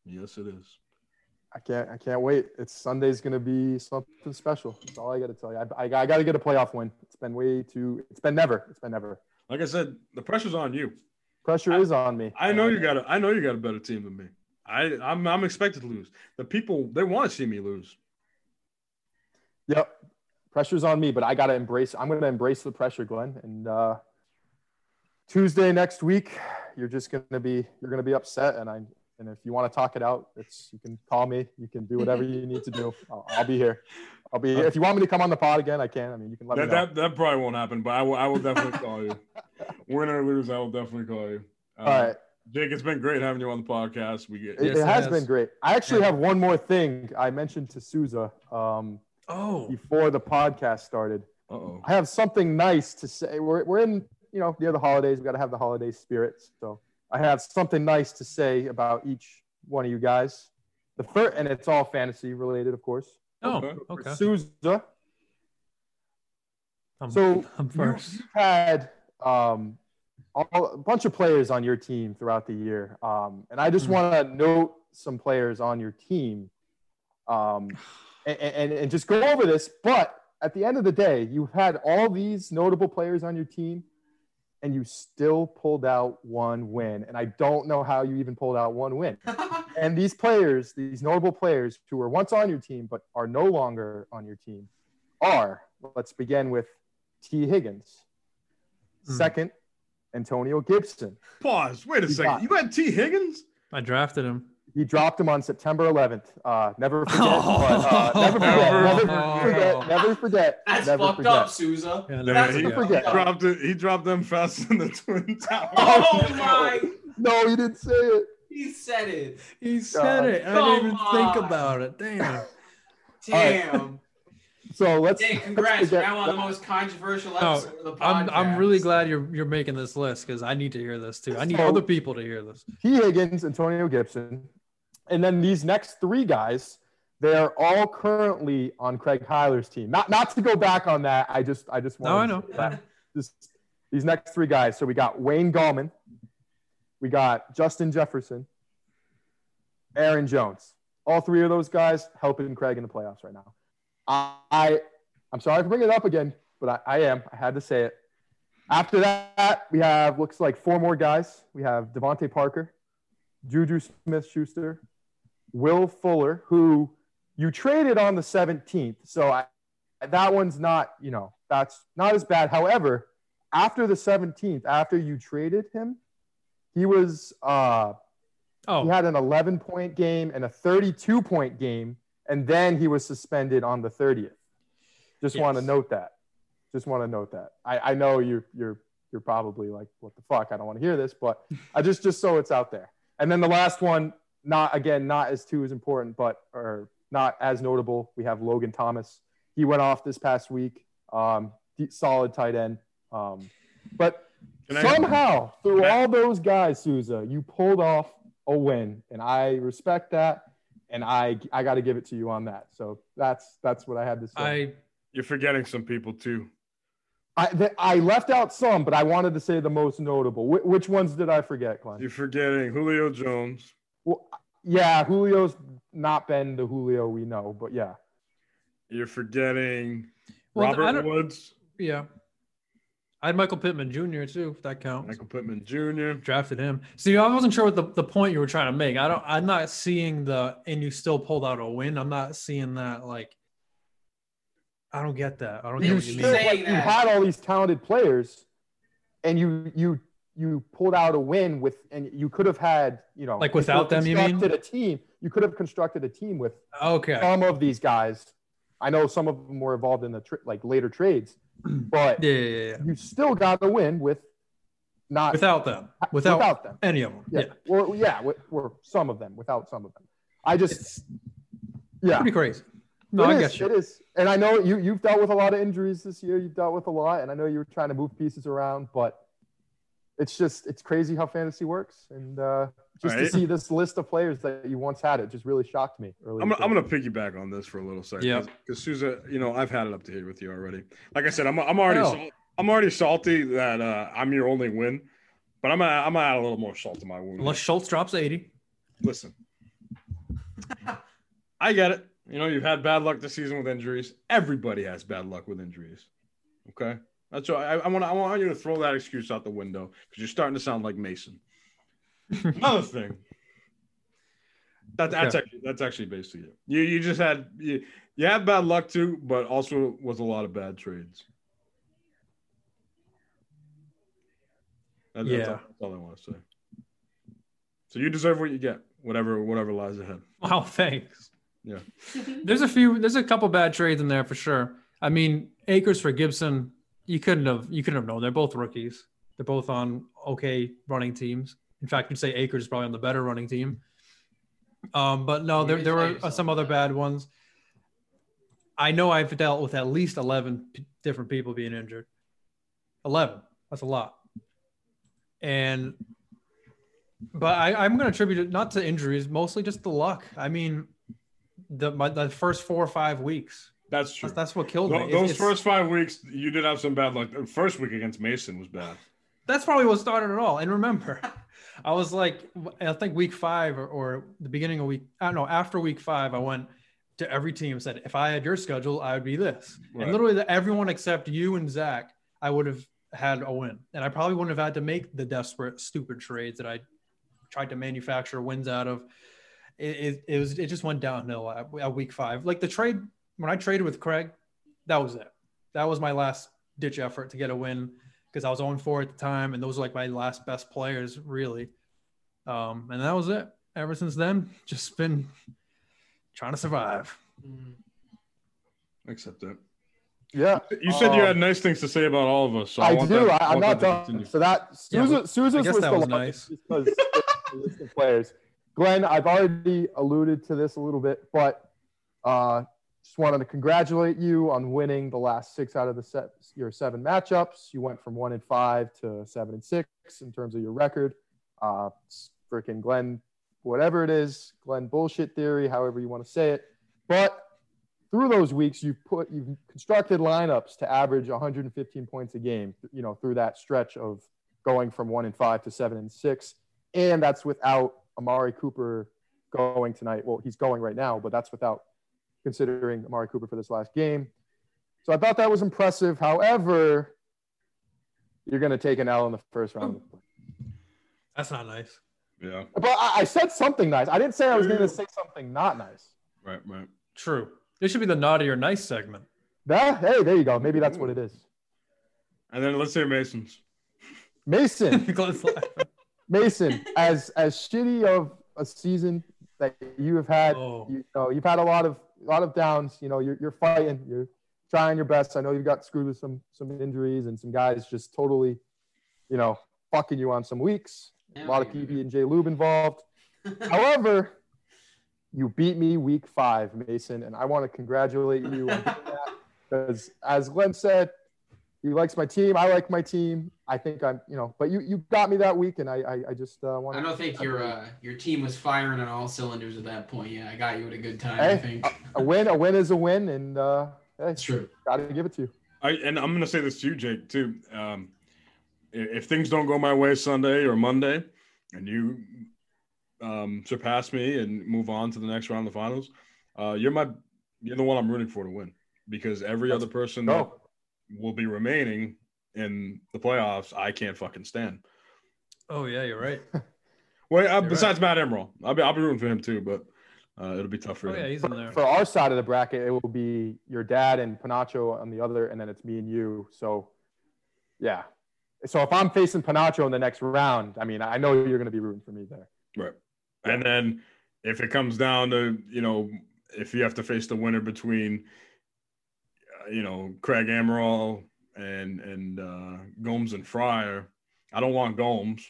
Yes, it is. I can't. I can't wait. It's Sunday's gonna be something special. That's all I gotta tell you. I, I, I gotta get a playoff win. It's been way too. It's been never. It's been never. Like I said, the pressure's on you. Pressure is on me. I know you got a, I know you got a better team than me. I, I'm, I'm expected to lose. The people they want to see me lose. Yep. Pressure's on me, but I gotta embrace. I'm gonna embrace the pressure, Glenn. And uh, Tuesday next week, you're just gonna be. You're gonna be upset, and I. And if you want to talk it out, it's you can call me. You can do whatever you need to do. I'll, I'll be here. I'll be here. If you want me to come on the pod again, I can. I mean, you can let That, me know. that that probably won't happen, but I will I will definitely call you. Win or lose, I will definitely call you. Um, All right. Jake, it's been great having you on the podcast. We get It, Yes, it it has has. been great. I actually Yeah. have one more thing I mentioned to Souza um, Oh. before the podcast started. uh oh. I have something nice to say. We're, we're in, you know, near the holidays. We got to have the holiday spirit. So I have something nice to say about each one of you guys. The first, and it's all fantasy related, of course. Oh. Okay. Okay. For Souza, I'm, So, I'm first. You, have had um, all, a bunch of players on your team throughout the year, um, and I just Hmm. want to note some players on your team, um, and, and and just go over this. But at the end of the day, you've had all these notable players on your team, and you still pulled out one win. And I don't know how you even pulled out one win. And these players, these notable players who were once on your team but are no longer on your team, are let's begin with T. Higgins, Hmm. second, Antonio Gibson. Pause. Wait a You second. got- You had T. Higgins? I drafted him. He dropped him on September 11th. Uh, never forget. but, uh, never forget. Never forget. Never forget. That's never fucked forget. up, Souza. Yeah, That's he fucked forget. up. Dropped it. He dropped them faster than the Twin Towers. Oh my! No, you didn't say it. He said it. He said it. I Come didn't even think on. about it. Damn. Damn. So let's. Dave, let's congrats. forget- Now on the most controversial No, episode of the I'm podcast. I'm really glad you're you're making this list because I need to hear this too. I need So- other people to hear this. T. Higgins, Antonio Gibson, and then these next three guys. They're all currently on Craig Heiler's team. Not not to go back on that. I just I just No, I wanted know. to- just these next three guys. So we got Wayne Gallman, we got Justin Jefferson, Aaron Jones. All three of those guys helping Craig in the playoffs right now. I, I'm sorry for bringing it up again, but I, I am. I had to say it. After that, we have looks like four more guys. We have Devonte Parker, Juju Smith-Schuster, Will Fuller, who you traded on the 17th. So I, that one's not, you know, that's not as bad. However, after the 17th, after you traded him, he was uh he Oh, had an 11 point game and a 32 point game and then he was suspended on the 30th. Just want to Yes. note that. Just want to note that. I I know you you're you're probably like, what the fuck? I don't want to hear this, but I just just so it's out there. And then the last one, not again, not as two as important, but or not as notable. We have Logan Thomas. He went off this past week. Um, deep- solid tight end. Um, but Can I- somehow through can I- all those guys, Souza, you pulled off a win, and I respect that. And I I got to give it to you on that. So that's that's what I had to say. I You're forgetting some people too. I, th- I left out some, but I wanted to say the most notable. Wh- which ones did I forget, Glenn? You're forgetting Julio Jones, yeah, Julio's not been the Julio we know, but yeah. You're forgetting Well, I Robert don't- Woods, yeah. I had Michael Pittman Jr. too, if that counts. Michael Pittman Jr. Drafted him. See, I wasn't sure what the, the point you were trying to make. I don't I'm not seeing the and you still pulled out a win. I'm not seeing that like I don't get that. I don't get You what you should- mean. saying like, you that. had all these talented players, and you you you pulled out a win with, and you could have had you know Like without them, you mean? constructed a team. You could have constructed a team with Okay. some of these guys. I know some of them were involved in the tr like later trades, but Yeah, yeah, yeah. you still got a win with not Without them. Without, without them. any of them. Yeah. Yeah. Or yeah, with, or some of them without some of them. I just It's yeah. pretty crazy. No, I It get is, you. It is. And I know you you've dealt with a lot of injuries this year. You've dealt with a lot, and I know you were trying to move pieces around, but it's just it's crazy how fantasy works. And uh, just to Right. see this list of players that you once had, it just really shocked me. Early I'm, gonna- I'm going to piggyback on this for a little second. Yeah. Because Souza, you know, I've had it up to here with you already. Like I said, I'm, I'm already Oh. sal- I'm already salty that uh, I'm your only win, but I'm gonna, I'm gonna add a little more salt to my wound. Unless Schultz drops 80. Listen, I get it. You know, you've had bad luck this season with injuries. Everybody has bad luck with injuries. Okay, that's why I, I want I want you to throw that excuse out the window because you're starting to sound like Mason. Another thing. That, that's Okay. actually that's actually basically it. You you just had you, you had bad luck too, but also was a lot of bad trades. That- that's Yeah. all- that's all I want to say. So you deserve what you get, whatever whatever lies ahead. Wow, thanks. Yeah. There's a few there's a couple bad trades in there for sure. I mean, Acres for Gibson, you couldn't have you couldn't have known. They're both rookies. They're both on okay running teams. In fact, you'd say Acres is probably on the better running team. Um, but no, You there did there say were uh, yourself some other that. bad ones. I know I've dealt with at least 11 p- different people being injured. 11. That's a lot. And but I, I'm going to attribute it not to injuries, mostly just the luck. I mean, the my, the first four or five weeks. That's true. That's, that's what killed me. Tho- It's- Those it's- first five weeks, you did have some bad luck. The first week against Mason was bad. that's probably what started it all. And remember, I was like, I think week five or, or the beginning of week, I don't know, after week five, I went to every team and said, if I had your schedule, I would be this. Right. And literally, the, everyone except you and Zach, I would have had a win. And I probably wouldn't have had to make the desperate, stupid trades that I tried to manufacture wins out of. It, it, it was, it just went downhill at, at week five. Like the trade, when I traded with Craig, that was it. That was my last ditch effort to get a win because I was on four at the time, and those were like my last best players, really. Um, and that was it. Ever since then, just been trying to survive. Mm. Except that yeah. you said you Um, had nice things to say about all of us. So I, I, want do. That, I, want that am not to done. continue. So that Yeah, Souza, Souza's guess was that the was largest because the list of players. Glenn, I've already alluded to this a little bit, but uh, just wanted to congratulate you on winning the last six out of the set, your seven matchups. You went from one and five to seven and six in terms of your record. Uh, freaking Glenn, whatever it is, Glenn bullshit theory, however you want to say it. But through those weeks you've put you've constructed lineups to average 115 points a game you know through that stretch of going from one and five to seven and six and that's without amari cooper going tonight well he's going right now but that's without considering amari cooper for this last game so i thought that was impressive however you're going to take an l in the first round That's not nice. Yeah, but i, I said something nice i didn't say i was going to say something not nice right, right. True. This should be the naughty or nice segment. that, hey there you go maybe that's what it is And then let's say Mason's. mason Glenn's laughing. Mason, as as shitty of a season that you have had, Oh. you know, you've had a lot of a lot of downs. You know, you're you're fighting, you're trying your best. I know you got screwed with some some injuries and some guys just totally you know, fucking you on some weeks. A lot of Yeah. PB and J Lube involved. However, you beat me week five, Mason, and I want to congratulate you on because as Glenn said, he likes my team. I like my team. I think I'm, you know, but you you got me that week, and I I, I just uh, want. I don't think your uh, your team was firing on all cylinders at that point. Yeah, I got you at a good time. I Hey, uh, think a win. A win is a win, and uh, hey, that's true. gotta give it to you. I and I'm gonna say this to you, Jake, too. Um, i- if things don't go my way Sunday or Monday, and you um, surpass me and move on to the next round of the finals, uh, you're my you're the one I'm rooting for to win because every Let's other person that Go. will be remaining in the playoffs, I can't fucking stand. Oh yeah, you're right. Well, uh, You're besides Matt Emerald, I'll be I'll be rooting for him too, but uh, it'll be tough for Oh yeah, him. he's in there. For our side of the bracket, it will be your dad and Panacho on the other, and then it's me and you. So, yeah. So if I'm facing Panacho in the next round, I mean, I know you're going to be rooting for me there. Right. And then if it comes down to, you know, if you have to face the winner between, uh, you know, Craig Amaral and and uh, Gomes and Fryer, I don't want Gomes.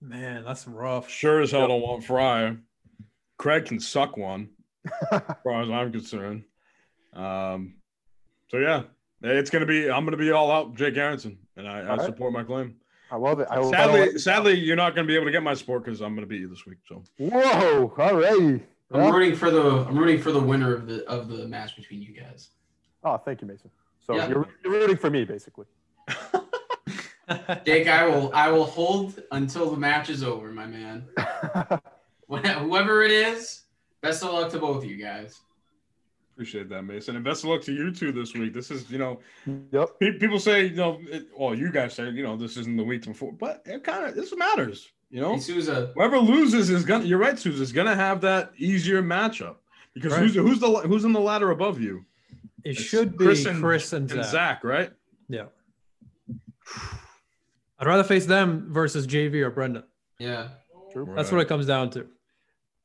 Man, that's rough. Sure as hell don't want Fryer. Craig can suck one, as far as I'm concerned. Um, so yeah, it's gonna be. I'm gonna be all out, Jake Aronson, and I, I All right. support my claim. I love it. I love Sadly, it. sadly, you're not gonna be able to get my support because I'm gonna beat you this week. So Whoa! All right. I'm rooting for the I'm rooting for the winner of the of the match between you guys. Oh, thank you, Mason. So Yeah. you're, you're rooting for me, basically. Jake, I will I will hold until the match is over, my man. Wh- Whoever it is, best of luck to both of you guys. Appreciate that, Mason. And best of luck to you two this week. This is, you know, yep. pe- people say, you know, it, well, you guys say, you know, this isn't the week before, but it kind of this matters, you know. And Souza, Whoever loses is gonna. You're right, Suze, is gonna have that easier matchup because Right. who's who's the who's in the ladder above you? It should be Chris Chris and- and, And Zach. Zach, right? Yeah. I'd rather face them versus JV or Brendan. yeah. That's what it comes down to.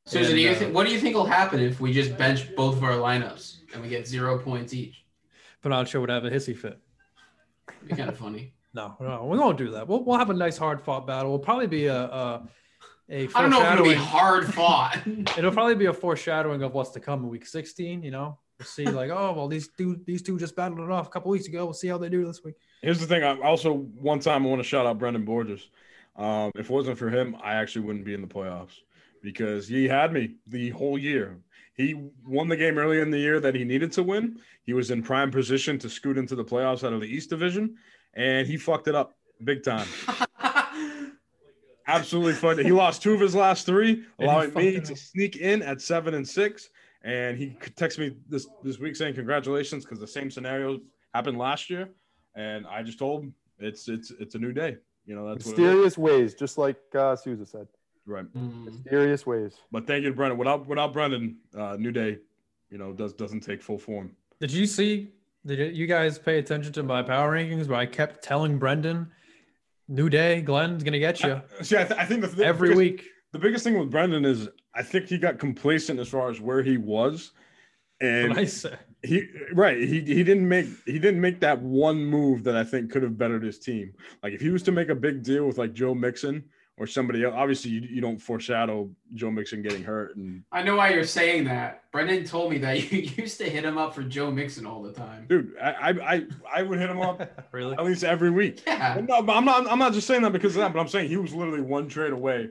Souza, And, do you uh, think what do you think will happen if we just bench both of our lineups and we get zero points each? Panacho would have a hissy fit. It'd be kind of funny. No, no, we won't do that. We'll, we'll have a nice hard fought battle. We'll probably be a a, a I don't know if it'll be foreshadowing. hard fought. It'll probably be a foreshadowing of what's to come in week 16. You know, we'll see like, oh well, these two these two just battled it off a couple weeks ago. We'll see how they do this week. Here's the thing. I also one time I want to shout out Brendan Borges. Um, if it wasn't for him, I actually wouldn't be in the playoffs because he had me the whole year. He won the game early in the year that he needed to win. He was in prime position to scoot into the playoffs out of the East Division, and he fucked it up big time. Absolutely fucked it. He lost two of his last three, he allowing me fucked it to up. sneak in at seven and six. And he texted me this this week saying congratulations because the same scenario happened last year, and I just told him it's it's it's a new day. You know that's what it is. Mysterious ways, just like uh, Souza said. right. Mm-hmm. Hmm. Mysterious ways. But thank you to Brendan. Without without Brendan, uh, new day, you know does doesn't take full form. Did you see? Did you guys pay attention to my power rankings where I kept telling Brendan, New Day, Glenn's gonna get you See, I, th- I think the, the every biggest- week. The biggest thing with Brendan is I think he got complacent as far as where he was, and What I said. he right he he didn't make he didn't make that one move that I think could have bettered his team. Like if he was to make a big deal with like Joe Mixon or somebody else, obviously you, you don't foreshadow Joe Mixon getting hurt and I know why you're saying that. Brendan told me that you used to hit him up for Joe Mixon all the time. dude, I I I, I would hit him up really? at least every week. Yeah. No, but I'm not I'm not just saying that because of that, but I'm saying he was literally one trade away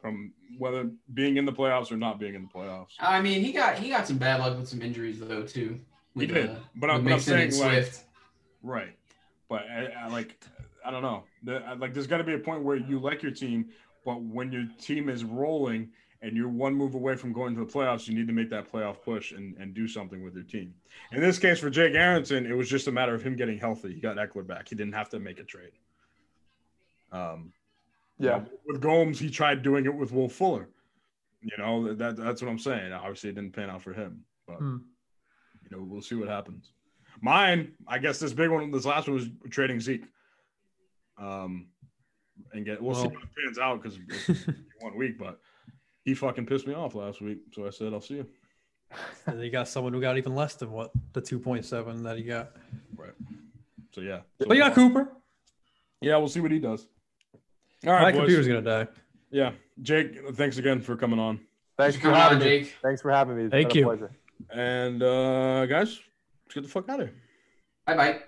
from whether being in the playoffs or not being in the playoffs. I mean, he got he got some bad luck with some injuries though too. With, did, uh, but I'm- with but I'm Mixon and saying, like- Swift. Right. But I, I like, I don't know. The, I- like, there's got to be a point where you like your team, but when your team is rolling and you're one move away from going to the playoffs, you need to make that playoff push and, and do something with your team. In this case, for Jake Aronson, it was just a matter of him getting healthy. He got Eckler back. He didn't have to make a trade. Um, Yeah. with Gomes, he tried doing it with Will Fuller. You know that that's what I'm saying. Obviously, it didn't pan out for him, but Hmm. you know, we'll see what happens. Mine, I guess this big one, this last one was trading Zeke. Um, and get we'll, see Well- what pans out because it's one week, but he fucking pissed me off last week, so I said I'll see you. And they got someone who got even less than what the 2.7 that he got. Right. So yeah, But you got Cooper. yeah, we'll see what he does. All right, My boys. computer's gonna die. Yeah, Jake. Thanks again for coming on. Thanks Thanks for coming on, having me. Jake. Thanks for having me. It's Thank been a you. pleasure. And uh guys, let's get the fuck out of here. Bye bye.